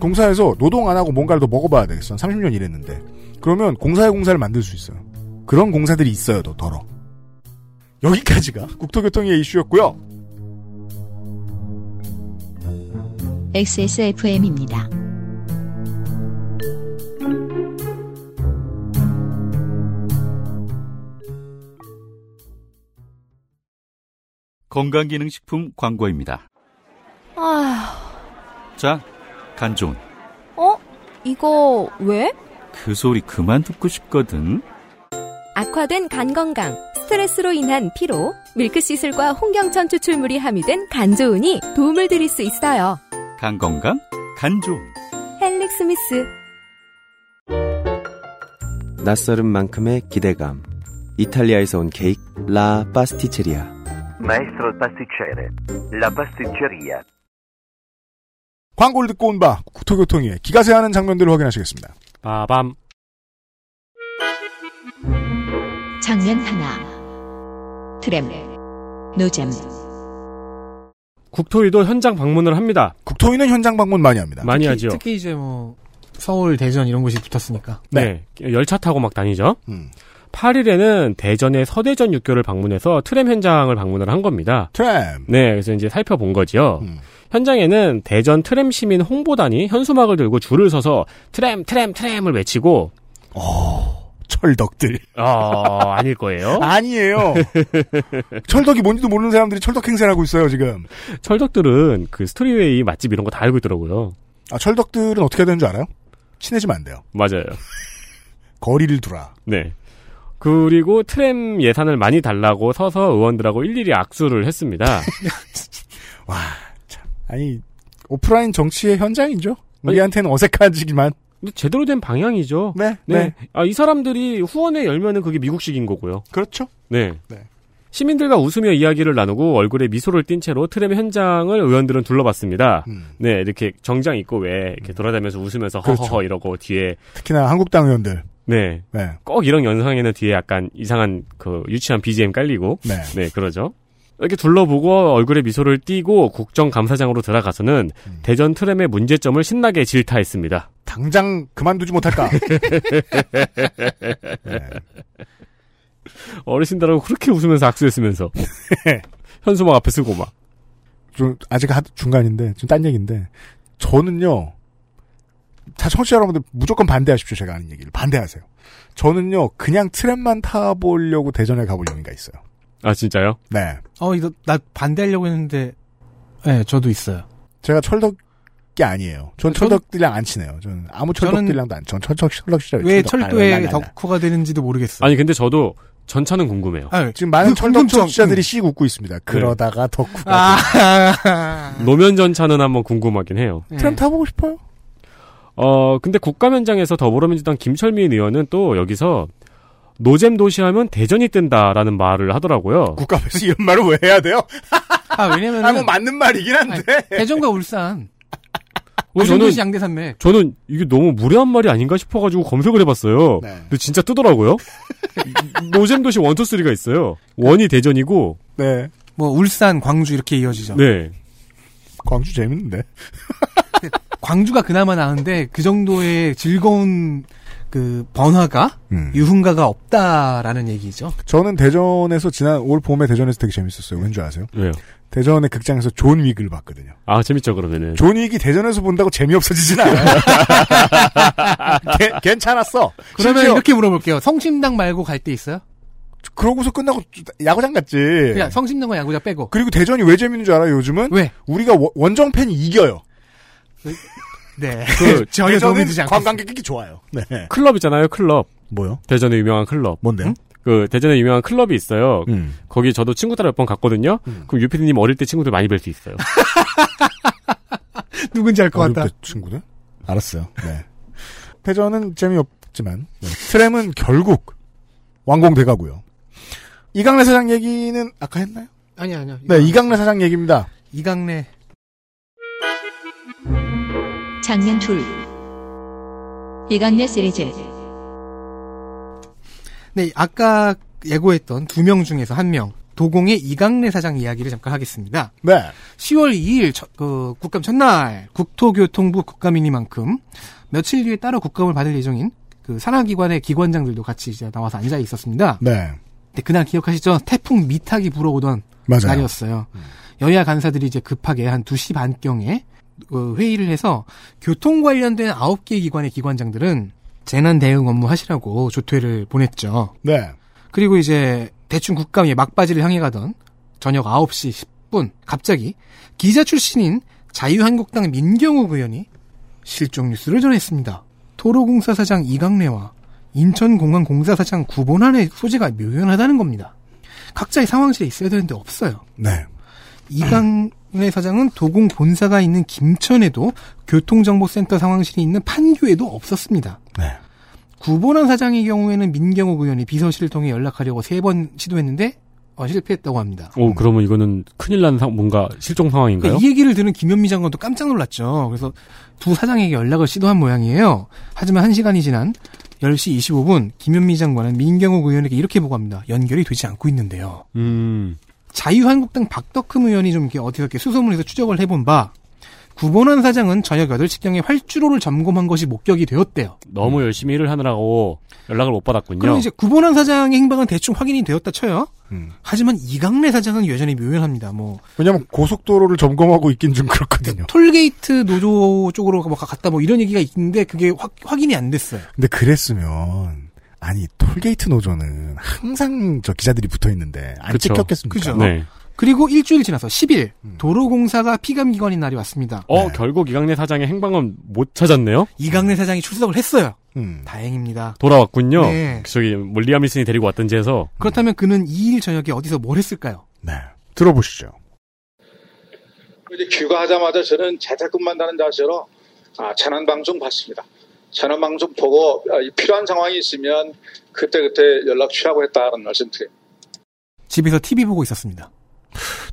공사에서 노동 안 하고 뭔가를 더 먹어봐야 되겠어. 30년 일했는데. 그러면 공사에 공사를 만들 수 있어요. 그런 공사들이 있어요, 더 덜어. 여기까지가 국토교통의 이슈였고요.
XSFM입니다.
건강기능식품 광고입니다.
아,
자, 간 좋은.
어? 이거 왜?
그 소리 그만 듣고 싶거든.
악화된 간 건강, 스트레스로 인한 피로, 밀크 시슬과 홍경천 추출물이 함유된 간조은이 도움을 드릴 수 있어요.
간 건강, 간 좋은.
헬릭 스미스.
낯설은 만큼의 기대감. 이탈리아에서 온 케이크 라 파스티체리아.
Maestro pasticcere. La pasticceria.
광고를 듣고 온 바 국토교통의 기가세하는 장면들을 확인하시겠습니다.
빠밤.
장면 하나. 트램. 노잼.
국토위도 현장 방문을 합니다.
국토위는 현장 방문 많이 합니다.
많이
특히-
하죠.
특히 이제 뭐 서울, 대전 이런 곳이 붙었으니까.
네. 열차 타고 막 다니죠.
음.
8일에는 대전의 서대전 육교를 방문해서 트램 현장을 방문을 한 겁니다.
트램.
네, 그래서 이제 살펴본 거지요.
음.
현장에는 대전 트램 시민 홍보단이 현수막을 들고 줄을 서서 트램, 트램, 트램을 외치고,
철덕들.
어, 아닐 (laughs) 거예요.
아니에요. (laughs) 철덕이 뭔지도 모르는 사람들이 철덕 행세를 하고 있어요, 지금.
철덕들은 그 스토리웨이 맛집 이런 거 다 알고 있더라고요.
아, 철덕들은 어떻게 해야 되는 줄 알아요? 친해지면 안 돼요.
맞아요.
거리를 두라.
네. 그리고 트램 예산을 많이 달라고 서서 의원들하고 일일이 악수를 했습니다.
아니, 오프라인 정치의 현장이죠? 우리한테는 어색하지만.
근데 제대로 된 방향이죠.
네,
네.
네.
아, 이 사람들이 후원회 열면은 그게 미국식인 거고요.
그렇죠.
네.
네.
시민들과 웃으며 이야기를 나누고 얼굴에 미소를 띤 채로 트램 현장을 의원들은 둘러봤습니다.
음.
네, 이렇게 정장 입고 왜 이렇게 돌아다니면서 웃으면서
그렇죠.
허허허 이러고 뒤에
특히나 한국당 의원들.
네.
네.
꼭 이런 영상에는 뒤에 약간 이상한 그 유치한 BGM 깔리고
네.
네, 그러죠. 이렇게 둘러보고 얼굴에 미소를 띠고 국정감사장으로 들어가서는
음.
대전 트램의 문제점을 신나게 질타했습니다.
당장 그만두지 (laughs) 못할까?
어르신들하고 그렇게 웃으면서
(laughs)
악수했으면서 현수막 앞에 쓰고 막
좀, 아직 하- 중간인데, 지금 딴 얘기인데. 저는요, 자, 청취자 여러분들 무조건 반대하십시오. 제가 아는 얘기를. 반대하세요. 저는요, 그냥 트램만 타보려고 대전에 가볼 용의가 있어요.
아 진짜요?
네.
어, 이거 나 반대하려고 했는데. 네, 저도 있어요.
제가 철덕이 아니에요. 전
저는-
철덕들이랑 안 친해요. 저는 아무 철덕들이랑도 안, 전 철덕, 철덕 시절.
왜 철도의 덕후가 되는지도 모르겠어.
아니 근데 저도 전차는 궁금해요.
아,
지금 많은
그
철덕
궁금증. 네.
청취자들이 씩 웃고 있습니다. 그러다가 덕후가.
아. (laughs)
노면 전차는 한번 궁금하긴 해요.
네.
트램 타보고 싶어요?
어 근데 국감현장에서 더불어민주당 김철민 의원은 또 여기서 노잼 도시하면 대전이 뜬다라는 말을 하더라고요.
국감에서 이런 말을 왜 해야 돼요?
아, 왜냐면은.
아, 뭐 맞는 말이긴 한데.
대전과 울산.
어,
저는
저는
양대산맥.
저는 이게 너무 무례한 말이 아닌가 싶어가지고 검색을 해봤어요.
네.
근데 진짜
(laughs)
뜨더라고요. 노잼도시 원투쓰리가 있어요. 원이 대전이고,
네.
뭐 울산, 광주 이렇게 이어지죠.
네.
광주 재밌는데.
광주가 그나마 나은데 그 정도의 즐거운 그 번화가,
음.
유흥가가 없다라는 얘기죠.
저는 대전에서 지난 올 봄에 대전에서 되게 재밌었어요. 왠 줄 아세요?
왜요?
대전의 극장에서 존 윅을 봤거든요.
네. 아, 재밌죠, 그러면은.
존 윅이 대전에서 본다고 재미없어지진 않아요. (laughs) 게- 괜찮았어.
그러면
심지어
이렇게 물어볼게요. 성심당 말고 갈 때 있어요?
그러고서 끝나고 야구장 갔지.
그냥 성심당과 야구장 빼고.
네. 그리고 대전이 왜 재밌는 줄 알아요, 요즘은?
왜?
우리가 원- 원정 팬이 이겨요.
네.
그,
전혀 도움이
대전은
되지 않고. 그
관광객이 좋아요. 네.
클럽 있잖아요, 클럽.
뭐요?
대전에 유명한 클럽.
뭔데요?
그, 대전에 유명한 클럽이 있어요.
음.
거기 저도 친구 따라 몇 번 갔거든요. 그럼 유피디님 어릴 때 친구들 많이 뵐 수 있어요.
누군지 알
어릴
것
때
같다.
친구들? 알았어요. 네. (laughs) 대전은 재미없지만 네. 트램은 결국 완공돼 가고요. 이강래 사장 얘기는 아까 했나요?
아니 아니요.
네, 이강래 사장 얘기입니다.
이강래.
장면 둘. 이강래 시리즈.
네, 아까 예고했던 두 명 중에서 한 명, 도공의 이강래 사장 이야기를 잠깐 하겠습니다.
네.
10월 2일 첫- 그 국감 첫날 국토교통부 국감이니만큼 며칠 뒤에 따로 국감을 받을 예정인 그 산하기관의 기관장들도 같이 이제 나와서 앉아 있었습니다.
네.
근데 그날 기억하시죠? 태풍 미탁이 불어오던
맞아요. 음.
날이었어요. 여야 간사들이 이제 급하게 한 2시 반경에 어, 회의를 해서 교통 관련된 9개 기관의 기관장들은 재난 대응 업무 하시라고 조퇴를 보냈죠.
네.
그리고 이제 대충 국감이 막바지를 향해 가던 저녁 9시 10분 갑자기 기자 출신인 자유한국당 민경욱 의원이 실종 뉴스를 전했습니다. 도로공사 사장 이강래와 인천공항공사 사장 구본환의 소재가 묘연하다는 겁니다. 각자의 상황실에 있어야 되는데 없어요.
네.
이강래 사장은 도공 본사가 있는 김천에도 교통정보센터 상황실이 있는 판교에도 없었습니다.
네.
구본환 사장의 경우에는 민경욱 의원이 비서실을 통해 연락하려고 세 번 시도했는데 어, 실패했다고 합니다. 그러니까
오, 그러면 이거는 큰일 난 상, 뭔가 실종 상황인가요?
그
이 얘기를 들은 김현미 장관도 깜짝 놀랐죠. 그래서 두 사장에게 연락을 시도한 모양이에요. 하지만 한 시간이 지난 10시 25분 김현미 장관은 민경욱 의원에게 이렇게 보고합니다. 연결이 되지 않고 있는데요.
음,
자유한국당 박덕흠 의원이 좀 이렇게 어디서 이렇게 수소문해서 추적을 해본 바 구본환 사장은 저녁 8시경에 활주로를 점검한 것이 목격이 되었대요.
너무
음.
열심히 일을 하느라고 연락을 못 받았군요.
그럼 이제 구본환 사장의 행방은 대충 확인이 되었다 쳐요.
음.
하지만 이강래 사장은 여전히 묘연합니다. 뭐
왜냐면 고속도로를 점검하고 있긴 좀 그렇거든요.
톨게이트 노조 쪽으로 뭐 갔다 뭐 이런 얘기가 있는데 그게 확, 확인이 안 됐어요.
근데 그랬으면 아니 톨게이트 노조는 항상 저 기자들이 붙어 있는데 안
그쵸.
찍혔겠습니까?
그죠.
네.
그리고 일주일 지나서 10일
음.
도로공사가 피감 기관인 날이 왔습니다.
어,
네.
결국 이강래 사장의 행방은 못 찾았네요?
이강래 사장이 출석을 했어요.
음.
다행입니다.
돌아왔군요.
네.
저기, 몰리암 밀슨이 데리고 왔던지 해서.
그렇다면 그는 2일 저녁에 어디서 뭘 했을까요?
네. 들어보시죠.
이제 귀가하자마자 저는 재택근무만 다는 자세로 아, 재난방송 봤습니다. 재난방송 보고 아, 이 필요한 상황이 있으면 그때그때 연락 취하고 했다는 말씀 드립니다.
집에서 TV 보고 있었습니다.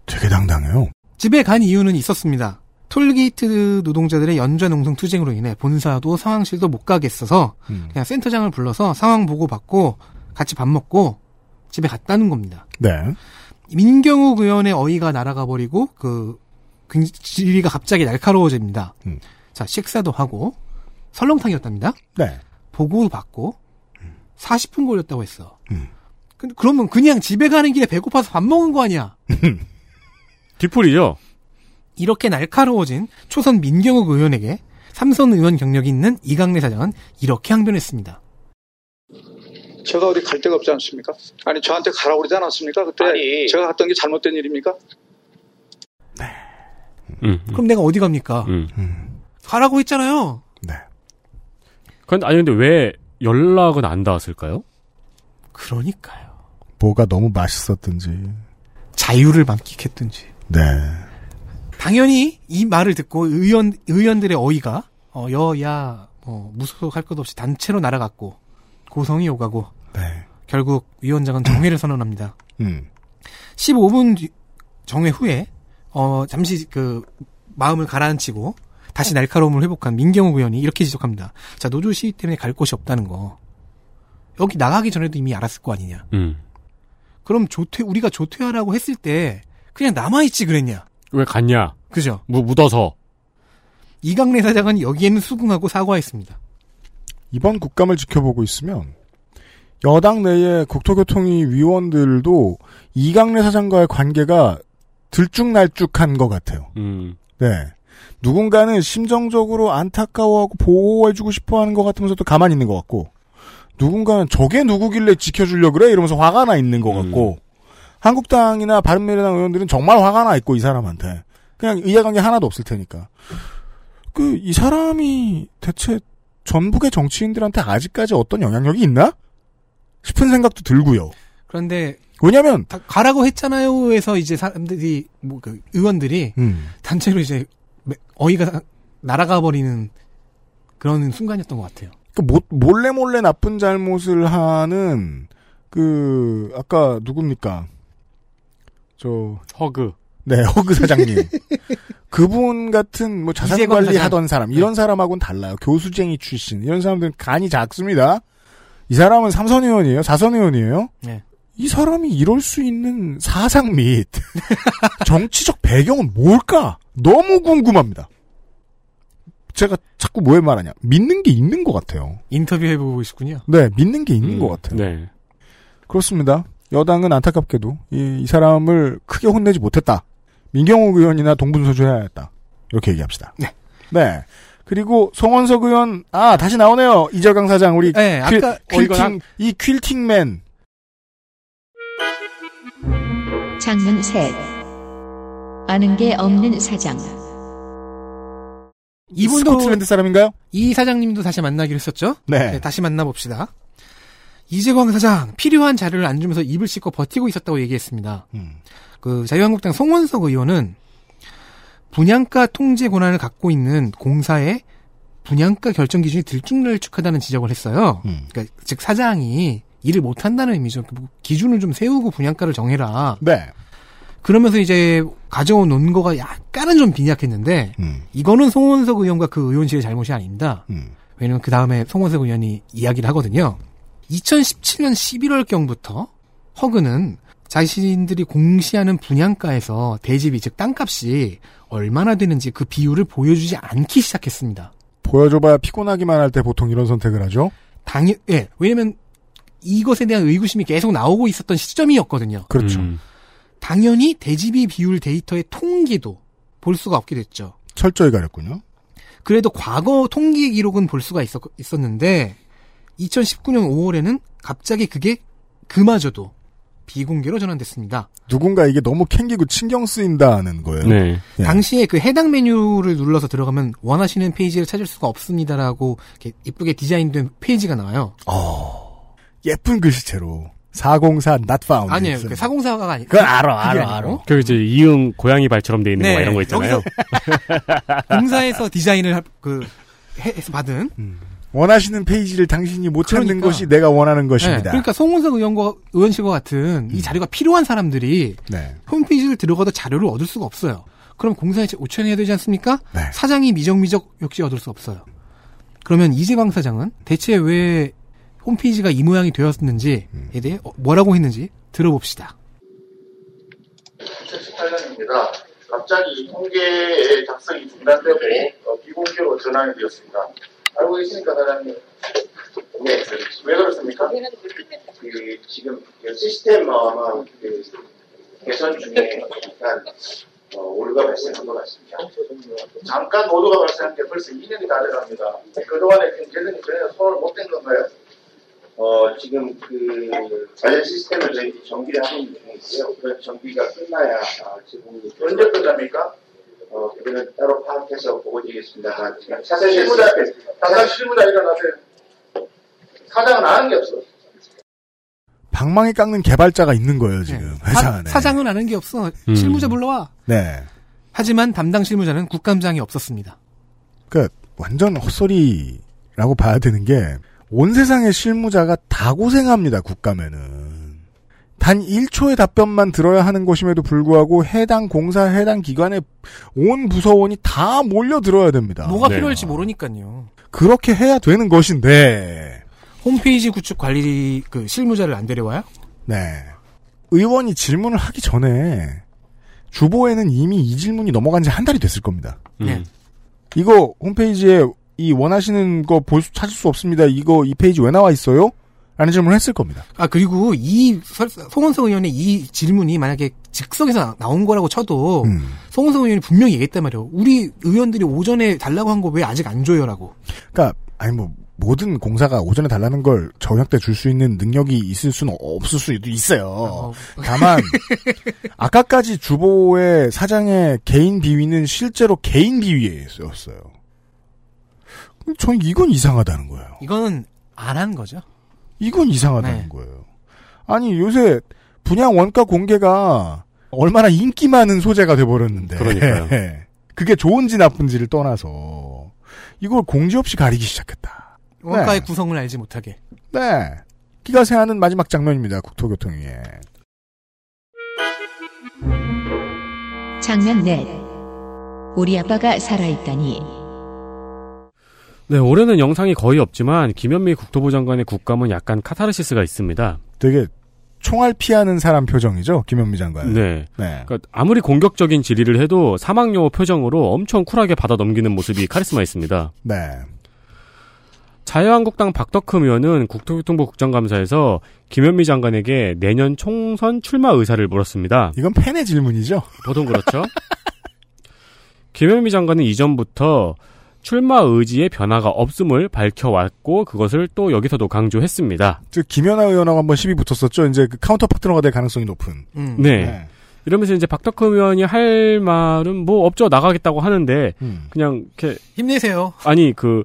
되게 당당해요.
집에 간 이유는 있었습니다. 톨게이트 노동자들의 연좌 농성 투쟁으로 인해 본사도 상황실도 못 가겠어서
음.
그냥 센터장을 불러서 상황 보고 받고 같이 밥 먹고 집에 갔다는 겁니다.
네.
민경욱 의원의 어이가 날아가 버리고 그 굉- 질의가 갑자기 날카로워집니다.
음.
자 식사도 하고 설렁탕이었답니다.
네.
보고 받고 40분 걸렸다고 했어.
음.
근데 그러면 그냥 집에 가는 길에 배고파서 밥 먹은 거 아니야?
뒤풀이죠?
이렇게 날카로워진 초선 민경욱 의원에게 삼선 의원 경력이 있는 이강래 사장은 이렇게 항변했습니다.
제가 어디 갈 데가 없지 않습니까? 아니 저한테 가라고 그러지 않았습니까? 그때 제가 갔던 게 잘못된 일입니까?
음.
그럼 내가 어디 갑니까?
음.
음.
가라고 했잖아요.
네.
근데, 아니, 근데 왜 연락은 안 닿았을까요?
그러니까요.
뭐가 너무 맛있었든지.
자유를 만끽했든지.
네.
당연히 이 말을 듣고 의원 의원들의 어이가 어, 여야 뭐 무소속할 것 없이 단체로 날아갔고 고성이 오가고
네.
결국 위원장은 정회를 선언합니다.
음.
15분 뒤- 정회 후에 어, 잠시 그 마음을 가라앉히고 다시 날카로움을 회복한 민경욱 의원이 이렇게 지적합니다. 자 노조 시위 때문에 갈 곳이 없다는 거 여기 나가기 전에도 이미 알았을 거 아니냐.
음.
그럼 조퇴 우리가 조퇴하라고 했을 때 그냥 남아 있지 그랬냐.
왜 갔냐?
그죠?
무, 묻어서.
이강래 사장은 여기에는 수긍하고 사과했습니다.
이번 국감을 지켜보고 있으면 여당 내의 국토교통위 위원들도 이강래 사장과의 관계가 들쭉날쭉한 것 같아요.
음.
네. 누군가는 심정적으로 안타까워하고 보호해주고 싶어 하는 것 같으면서도 가만히 있는 것 같고, 누군가는 저게 누구길래 지켜주려 그래? 이러면서 화가 나 있는 것
음.
같고, 한국당이나 바른미래당 의원들은 정말 화가 나 있고, 이 사람한테. 그냥 이해관계 하나도 없을 테니까. 그, 이 사람이 대체 전북의 정치인들한테 아직까지 어떤 영향력이 있나? 싶은 생각도 들고요.
그런데
왜냐면,
다 가라고 했잖아요. 해서 이제 사람들이 뭐 그 의원들이
음,
단체로 이제 매- 어이가 날아가 버리는 그런 순간이었던 것 같아요.
그 모- 몰래 몰래 나쁜 잘못을 하는 그 아까 누굽니까 저네 (laughs)
허그.
허그 사장님 그분 같은 뭐 자산
이재건
관리
사장. 네.
하던 사람 이런 사람하고는 달라요 교수쟁이 출신 이런 사람들은 간이 작습니다 이 사람은 삼선 의원이에요 사선 의원이에요
네.
이 사람이 이럴 수 있는 사상 및 (laughs) 정치적 배경은 뭘까? 너무 궁금합니다. 제가 자꾸 뭐에 말하냐. 믿는 게 있는 것 같아요.
인터뷰 해보고 싶군요.
네, 믿는 게 있는 것 같아요.
네.
그렇습니다. 여당은 안타깝게도 이, 이 사람을 크게 혼내지 못했다. 민경욱 의원이나 동분서주해야 했다. 이렇게 얘기합시다.
네.
네. 그리고 송원석 의원 아 다시 나오네요. 이절강 사장 우리
네,
퀼-
아까 어, 이거
퀼팅 이 퀼팅맨
장면 셋. 아는 게 없는 사장.
이분도
스코틀랜드 사람인가요?
이 사장님도 다시 만나기로 했었죠.
네.
네, 다시 만나봅시다. 이재광 사장 필요한 자료를 안 주면서 입을 씻고 버티고 있었다고 얘기했습니다.
음.
그 자유한국당 송원석 의원은 분양가 통제 권한을 갖고 있는 공사의 분양가 결정 기준이 들쭉날쭉하다는 지적을 했어요.
음.
그러니까 즉 사장이 일을 못한다는 의미죠. 뭐 기준을 좀 세우고 분양가를 정해라.
네.
그러면서 이제 가져온 논거가 약간은 좀 빈약했는데
음.
이거는 송원석 의원과 그 의원실의 잘못이 아닙니다.
음.
왜냐면 그 다음에 송원석 의원이 이야기를 하거든요. 2017년 11월경부터 허그는 자신들이 공시하는 분양가에서 대지비 즉 땅값이 얼마나 되는지 그 비율을 보여주지 않기 시작했습니다.
보여줘봐야 피곤하기만 할 때 보통 이런 선택을 하죠.
당연 예 왜냐면 이것에 대한 의구심이 계속 나오고 있었던 시점이었거든요.
그렇죠.
음.
당연히 대지비 비율 데이터의 통계도 볼 수가 없게 됐죠.
철저히 가렸군요.
그래도 과거 통계 기록은 볼 수가 있었, 는데 2019년 5월에는 갑자기 그게 그마저도 비공개로 전환됐습니다.
누군가 이게 너무 캥기고 신경 쓰인다는 거예요.
네.
예.
당시에 그 해당 메뉴를 눌러서 들어가면 원하시는 페이지를 찾을 수가 없습니다라고 이렇게 이쁘게 디자인된 페이지가 나와요.
어, 예쁜 글씨체로 404 not found.
아니에요.
있어요.
그 사공사가 아니.
그건 알아,
그게
알아, 뭐
아니고.
알아.
그 이제 이응 고양이 발처럼 돼 있는
네,
거 이런 거 있잖아요.
공사에서 (laughs) 디자인을 할- 그 해- 해서 받은
원하시는 페이지를 당신이 못 찾는
그러니까.
것이 내가 원하는 것입니다. 음.
네, 그러니까 송은석 의원과 의원실과 같은 이 자료가 필요한 사람들이
네.
홈페이지를 들어가도 자료를 얻을 수가 없어요. 그럼 공사에 오천해야 되지 않습니까?
네.
사장이 미적미적 역시 얻을 수 없어요. 그러면 이재광 사장은 대체 왜 홈페이지가 이 모양이 되었는지에
음.
대해 어, 뭐라고 했는지 들어봅시다.
2018년입니다. 갑자기 이 통계의 작성이 중단되고 어, 비공개로 전환이 되었습니다. 알고 계시니까 사장님. 네. 왜 그렇습니까? 그, 지금 그 시스템 어, 아마 그 개선 중에 약간 어, 오류가 발생한 것 같습니다. 잠깐 오류가 발생한 게 벌써 2년이 다 돼갑니다. 그동안에 지금 재정이 전혀 손을 못 댄 건가요? 어, 지금 그 관련 시스템을 저희 정비를 하는 중이고요. 그 정비가 끝나야 아, 제공이 언제 끝납니까? 어, 그거는 따로 파악해서 보고 드리겠습니다. 지금 사장 실무자 앞에, 사장 실무자 일어나세요. 사장은 아는 게 없어.
방망이 깎는 개발자가 있는 거예요, 지금.
네.
회사
사,
안에.
사장은 아는 게 없어.
음.
실무자 불러와.
네.
하지만 담당 실무자는 국감장이 없었습니다.
그러니까 완전 헛소리라고 봐야 되는 게 온 세상의 실무자가 다 고생합니다, 국감에는. 단 1초의 답변만 들어야 하는 것임에도 불구하고 해당 공사, 해당 기관의 온 부서원이 다 몰려 들어야 됩니다.
뭐가
네.
필요할지 모르니까요.
그렇게 해야 되는 것인데.
홈페이지 구축 관리 그 실무자를 안 데려와요?
네. 의원이 질문을 하기 전에 주보에는 이미 이 질문이 넘어간 지 한 달이 됐을 겁니다.
음.
네.
이거 홈페이지에 이 원하시는 거 볼 수, 찾을 수 없습니다. 이거 이 페이지 왜 나와 있어요? 라는 질문을 했을 겁니다.
아 그리고 이 설- 송원석 의원의 이 질문이 만약에 즉석에서 나- 나온 거라고 쳐도
음.
송원석 의원이 분명히 얘기했단 말이에요. 우리 의원들이 오전에 달라고 한 거 왜 아직 안 줘요라고.
그러니까 아니 뭐 모든 공사가 오전에 달라는 걸 저녁 때 줄 수 있는 능력이 있을 수는 없을 수도 있어요.
어,
다만 아까까지 주보의 사장의 개인 비위는 실제로 개인 비위였어요. 저는 이건 이상하다는 거예요.
이건 안 한 거죠.
이건 이상하다는
네.
거예요. 아니 요새 분양 원가 공개가 얼마나 인기 많은 소재가 돼버렸는데. (laughs) 네.
그러니까요.
그게 좋은지 나쁜지를 떠나서 이걸 공지 없이 가리기 시작했다.
원가의
네.
구성을 알지 못하게.
네. 기가 새하는 마지막 장면입니다. 국토교통위에.
장면 넷. 우리 아빠가 살아있다니.
(laughs) 네, 올해는 영상이 거의 없지만 김현미 국토부 장관의 국감은 약간 카타르시스가 있습니다.
되게 총알 피하는 사람 표정이죠, 김현미 장관.
네.
네.
그러니까 아무리 공격적인 질의를 해도 사망용어 표정으로 엄청 쿨하게 받아 넘기는 모습이 카리스마 있습니다.
네.
자유한국당 박덕흠 의원은 국토교통부 국정감사에서 김현미 장관에게 내년 총선 출마 의사를 물었습니다.
이건 팬의 질문이죠?
보통 그렇죠. (laughs) 김현미 장관은 이전부터 출마 의지의 변화가 없음을 밝혀왔고 그것을 또 여기서도 강조했습니다.
즉 김연아 의원하고 한번 시비 붙었었죠. 이제 그 카운터 파트너가 될 가능성이 높은.
음.
네. 이러면서 이제 박덕흠 의원이 할 말은 뭐 없죠 나가겠다고 하는데
음.
그냥 이렇게
힘내세요.
아니 그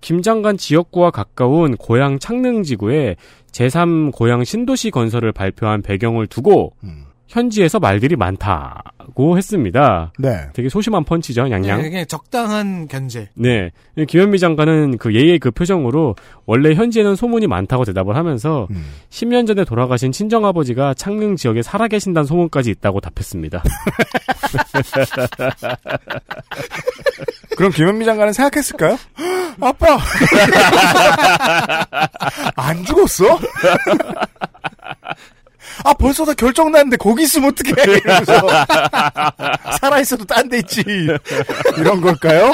김장관 지역구와 가까운 고양 창릉지구에 제3 고양 신도시 건설을 발표한 배경을 두고
음.
현지에서 말들이 많다고 했습니다.
네.
되게 소심한 펀치죠, 양양.
네, 그냥 적당한 견제.
네. 김현미 장관은 그 예의 그 표정으로 원래 현지에는 소문이 많다고 대답을 하면서
음.
10년 전에 돌아가신 친정아버지가 창릉 지역에 살아계신다는 소문까지 있다고 답했습니다.
그럼 김현미 장관은 생각했을까요? (gasps) 아빠! 안 (laughs) 죽었어? 아, 벌써 다 결정 났는데 거기 있으면 어떡해! 이러면서. 살아있어도 딴 데 있지. 이런 걸까요?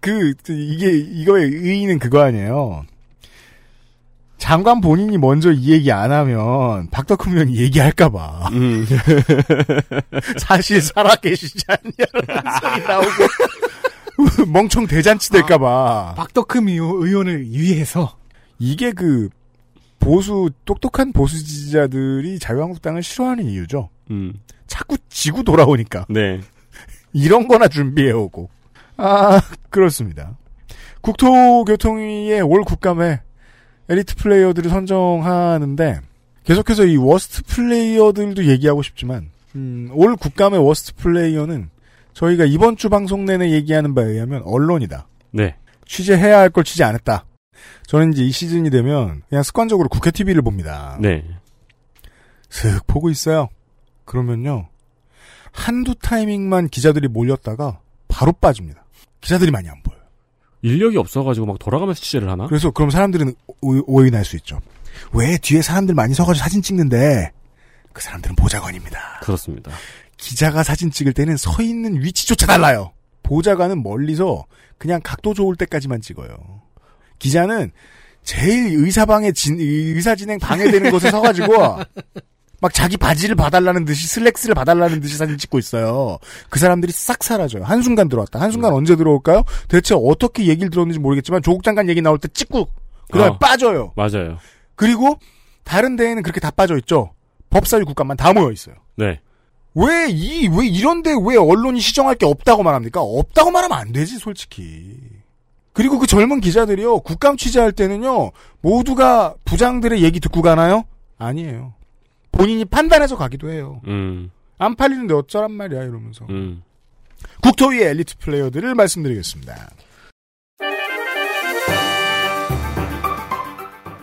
그, 이게, 이거의 의의는 그거 아니에요. 장관 본인이 먼저 이 얘기 안 하면 박덕흠 의원이 얘기할까봐. (laughs) 사실 살아계시지 않냐는 소리 (laughs) 나오고. 멍청 대잔치 될까봐.
박덕흠 의원을 위해서.
이게 그, 보수, 똑똑한 보수 지지자들이 자유한국당을 싫어하는 이유죠. 자꾸 지구 돌아오니까.
네.
이런 거나 준비해오고. 아, 그렇습니다. 국토교통위의 올 국감에 엘리트 플레이어들을 선정하는데, 계속해서 이 워스트 플레이어들도 얘기하고 싶지만, 음, 올 국감의 워스트 플레이어는 저희가 이번 주 방송 내내 얘기하는 바에 의하면 언론이다.
네.
취재해야 할 걸 취재 안 했다. 저는 이제 이 시즌이 되면 그냥 습관적으로 국회 TV를 봅니다.
네.
슥 보고 있어요. 그러면요. 한두 타이밍만 기자들이 몰렸다가 바로 빠집니다. 기자들이 많이 안 보여요.
인력이 없어가지고 막 돌아가면서 취재를 하나?
그래서 그럼 사람들은 오- 오인할 수 있죠. 왜 뒤에 사람들 많이 서가지고 사진 찍는데 그 사람들은 보좌관입니다.
그렇습니다.
기자가 사진 찍을 때는 서 있는 위치조차 달라요. 보좌관은 멀리서 그냥 각도 좋을 때까지만 찍어요. 기자는 제일 의사방에 진, 의사 진행 방해되는 곳에 서가지고 막 자기 바지를 봐달라는 듯이 슬랙스를 봐달라는 듯이 사진 찍고 있어요. 그 사람들이 싹 사라져요. 한순간 들어왔다. 한순간 언제 들어올까요? 대체 어떻게 얘기를 들었는지 모르겠지만 조국 장관 얘기 나올 때 찍고 그다음에
어.
빠져요.
맞아요.
그리고 다른 데에는 그렇게 다 빠져 있죠. 법사위 국감만 다 모여 있어요.
네.
왜 이, 왜 이런데 왜 언론이 시정할 게 없다고 말합니까? 없다고 말하면 안 되지, 솔직히. 그리고 그 젊은 기자들이요, 국감 취재할 때는요, 모두가 부장들의 얘기 듣고 가나요? 아니에요. 본인이 판단해서 가기도 해요.
음.
안 팔리는데 어쩌란 말이야, 이러면서.
음.
국토위의 엘리트 플레이어들을 말씀드리겠습니다.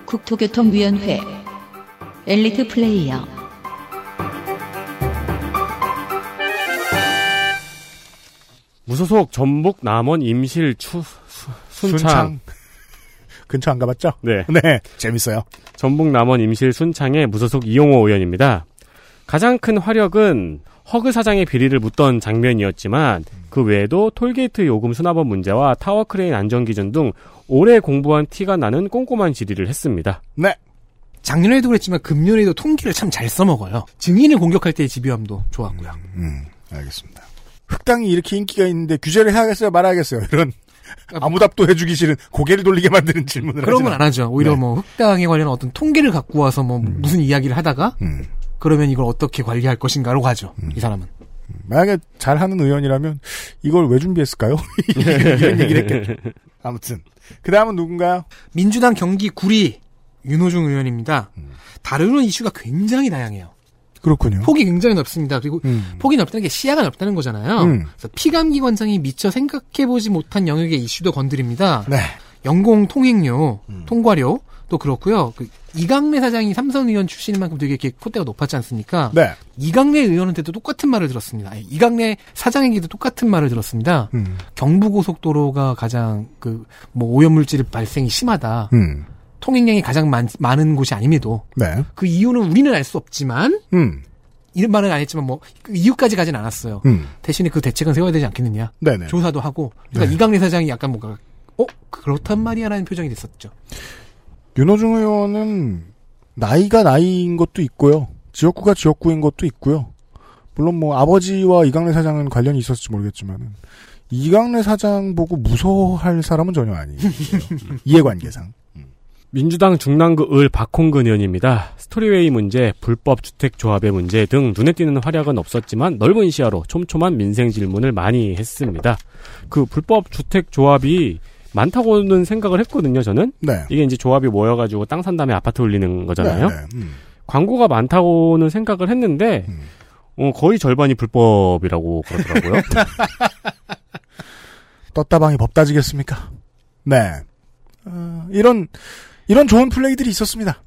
국토교통위원회 엘리트 플레이어
무소속 전북 남원 임실 추 수- 순창.
순창. (laughs) 근처 안 가봤죠?
네.
네. 재밌어요.
전북 남원 임실 순창의 무소속 이용호 의원입니다. 가장 큰 화력은 허그 사장의 비리를 묻던 장면이었지만 그 외에도 톨게이트 요금 수납원 문제와 타워 크레인 안전 기준 등 오래 공부한 티가 나는 꼼꼼한 질의를 했습니다.
네.
작년에도 그랬지만 금년에도 통계를 참 잘 써먹어요. 증인을 공격할 때의 집요함도 좋았고요.
음, 알겠습니다. 흑당이 이렇게 인기가 있는데 규제를 해야겠어요, 말아야겠어요. 이런 아무 답도 해주기 싫은 고개를 돌리게 만드는 질문을
그러니까 그런
하진
건 안 하죠. 오히려
네. 음.
뭐 흑당에 관련한 어떤 통계를 갖고 와서 뭐 무슨 이야기를 하다가 그러면 이걸 어떻게 관리할 것인가로 가죠.
음.
이 사람은.
만약에 잘하는 의원이라면 이걸 왜 준비했을까요? (laughs) 이런 얘기를 했겠죠. 아무튼 그 다음은 누군가요?
민주당 경기 구리 윤호중 의원입니다.
음.
다루는 이슈가 굉장히 다양해요.
그렇군요.
폭이 굉장히 넓습니다. 그리고
음.
폭이 넓다는 게 시야가 넓다는 거잖아요.
음.
그래서 피감기 관장이 미처 생각해보지 못한 영역의 이슈도 건드립니다.
네.
연공 통행료,
음.
통과료 또 그렇고요. 그 이강래 사장이 삼선 의원 출신인 만큼 되게 이렇게 콧대가 높았지 않습니까?
네.
이강래 의원한테도 똑같은 말을 들었습니다. 아니, 이강래 사장에게도 똑같은 말을 들었습니다.
음.
경부고속도로가 가장 그 뭐 오염물질 발생이 심하다.
음.
통행량이 가장 많, 많은 곳이 아님에도
네.
그 이유는 우리는 알 수 없지만
음.
이런 말은 안 했지만 뭐그 이유까지 가진 않았어요.
음.
대신에 그 대책은 세워야 되지 않겠느냐.
네네.
조사도 하고 그러니까 이강래 사장이 약간 뭔가 어 그렇단 말이야라는 표정이 됐었죠.
윤호중 의원은 나이가 나이인 것도 있고요. 지역구가 지역구인 것도 있고요. 물론 뭐 아버지와 이강래 사장은 관련이 있었을지 모르겠지만 이강래 사장 보고 무서워할 사람은 전혀
(laughs)
아니에요. 이해관계상.
민주당 중랑구 을 박홍근 의원입니다. 스토리웨이 문제, 불법 주택 조합의 문제 등 눈에 띄는 활약은 없었지만 넓은 시야로 촘촘한 민생 질문을 많이 했습니다. 그 불법 주택 조합이 많다고는 생각을 했거든요, 저는.
네.
이게 이제 조합이 모여가지고 땅 산 다음에 아파트 올리는 거잖아요.
네, 네. 음.
광고가 많다고는 생각을 했는데, 어, 거의 절반이 불법이라고
(laughs)
그러더라고요.
떴다방이 법 따지겠습니까? 네. 어, 이런 이런 좋은 플레이들이 있었습니다.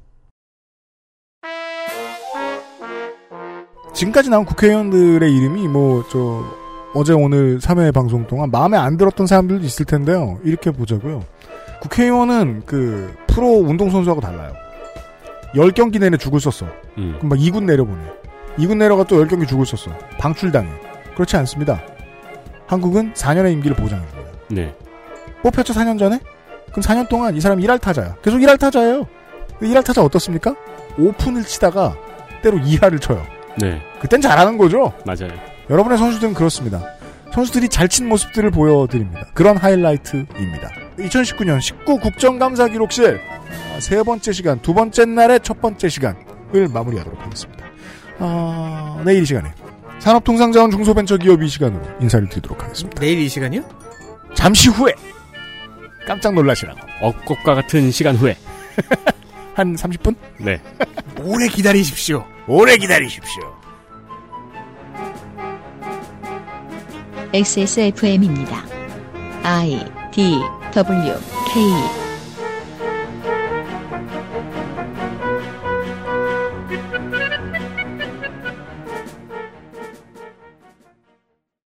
지금까지 나온 국회의원들의 이름이 뭐 저 어제 오늘 3회 방송 동안 마음에 안 들었던 사람들도 있을 텐데요. 이렇게 보자고요. 국회의원은 그 프로 운동선수하고 달라요. 10경기 내내 죽을 썼어.
음.
그럼 막 2군 내려보내. 2군 내려가 또 10경기 죽을 썼어. 방출당해. 그렇지 않습니다. 한국은 4년의 임기를 보장해줍니다.
네.
뽑혔죠 4년 전에? 그럼 4년 동안 이 사람 일할 타자야. 계속 일할 타자예요. 일할 타자 어떻습니까? 오픈을 치다가 때로 2할을 쳐요.
네.
그땐 잘하는 거죠.
맞아요.
여러분의 선수들은 그렇습니다. 선수들이 잘 친 모습들을 보여드립니다. 그런 하이라이트입니다. 2019년 19 국정감사 기록실 아, 세 번째 시간, 두 번째 날의 첫 번째 시간을 마무리하도록 하겠습니다. 아, 내일 이 시간에 산업통상자원 중소벤처기업 이 시간으로 인사를 드리도록 하겠습니다.
내일 이 시간이요?
잠시 후에 깜짝 놀라시라고
엇곡과 같은 시간 후에
한 30분?
네.
오래 기다리십시오.
오래 기다리십시오.
XSFM입니다. I D W K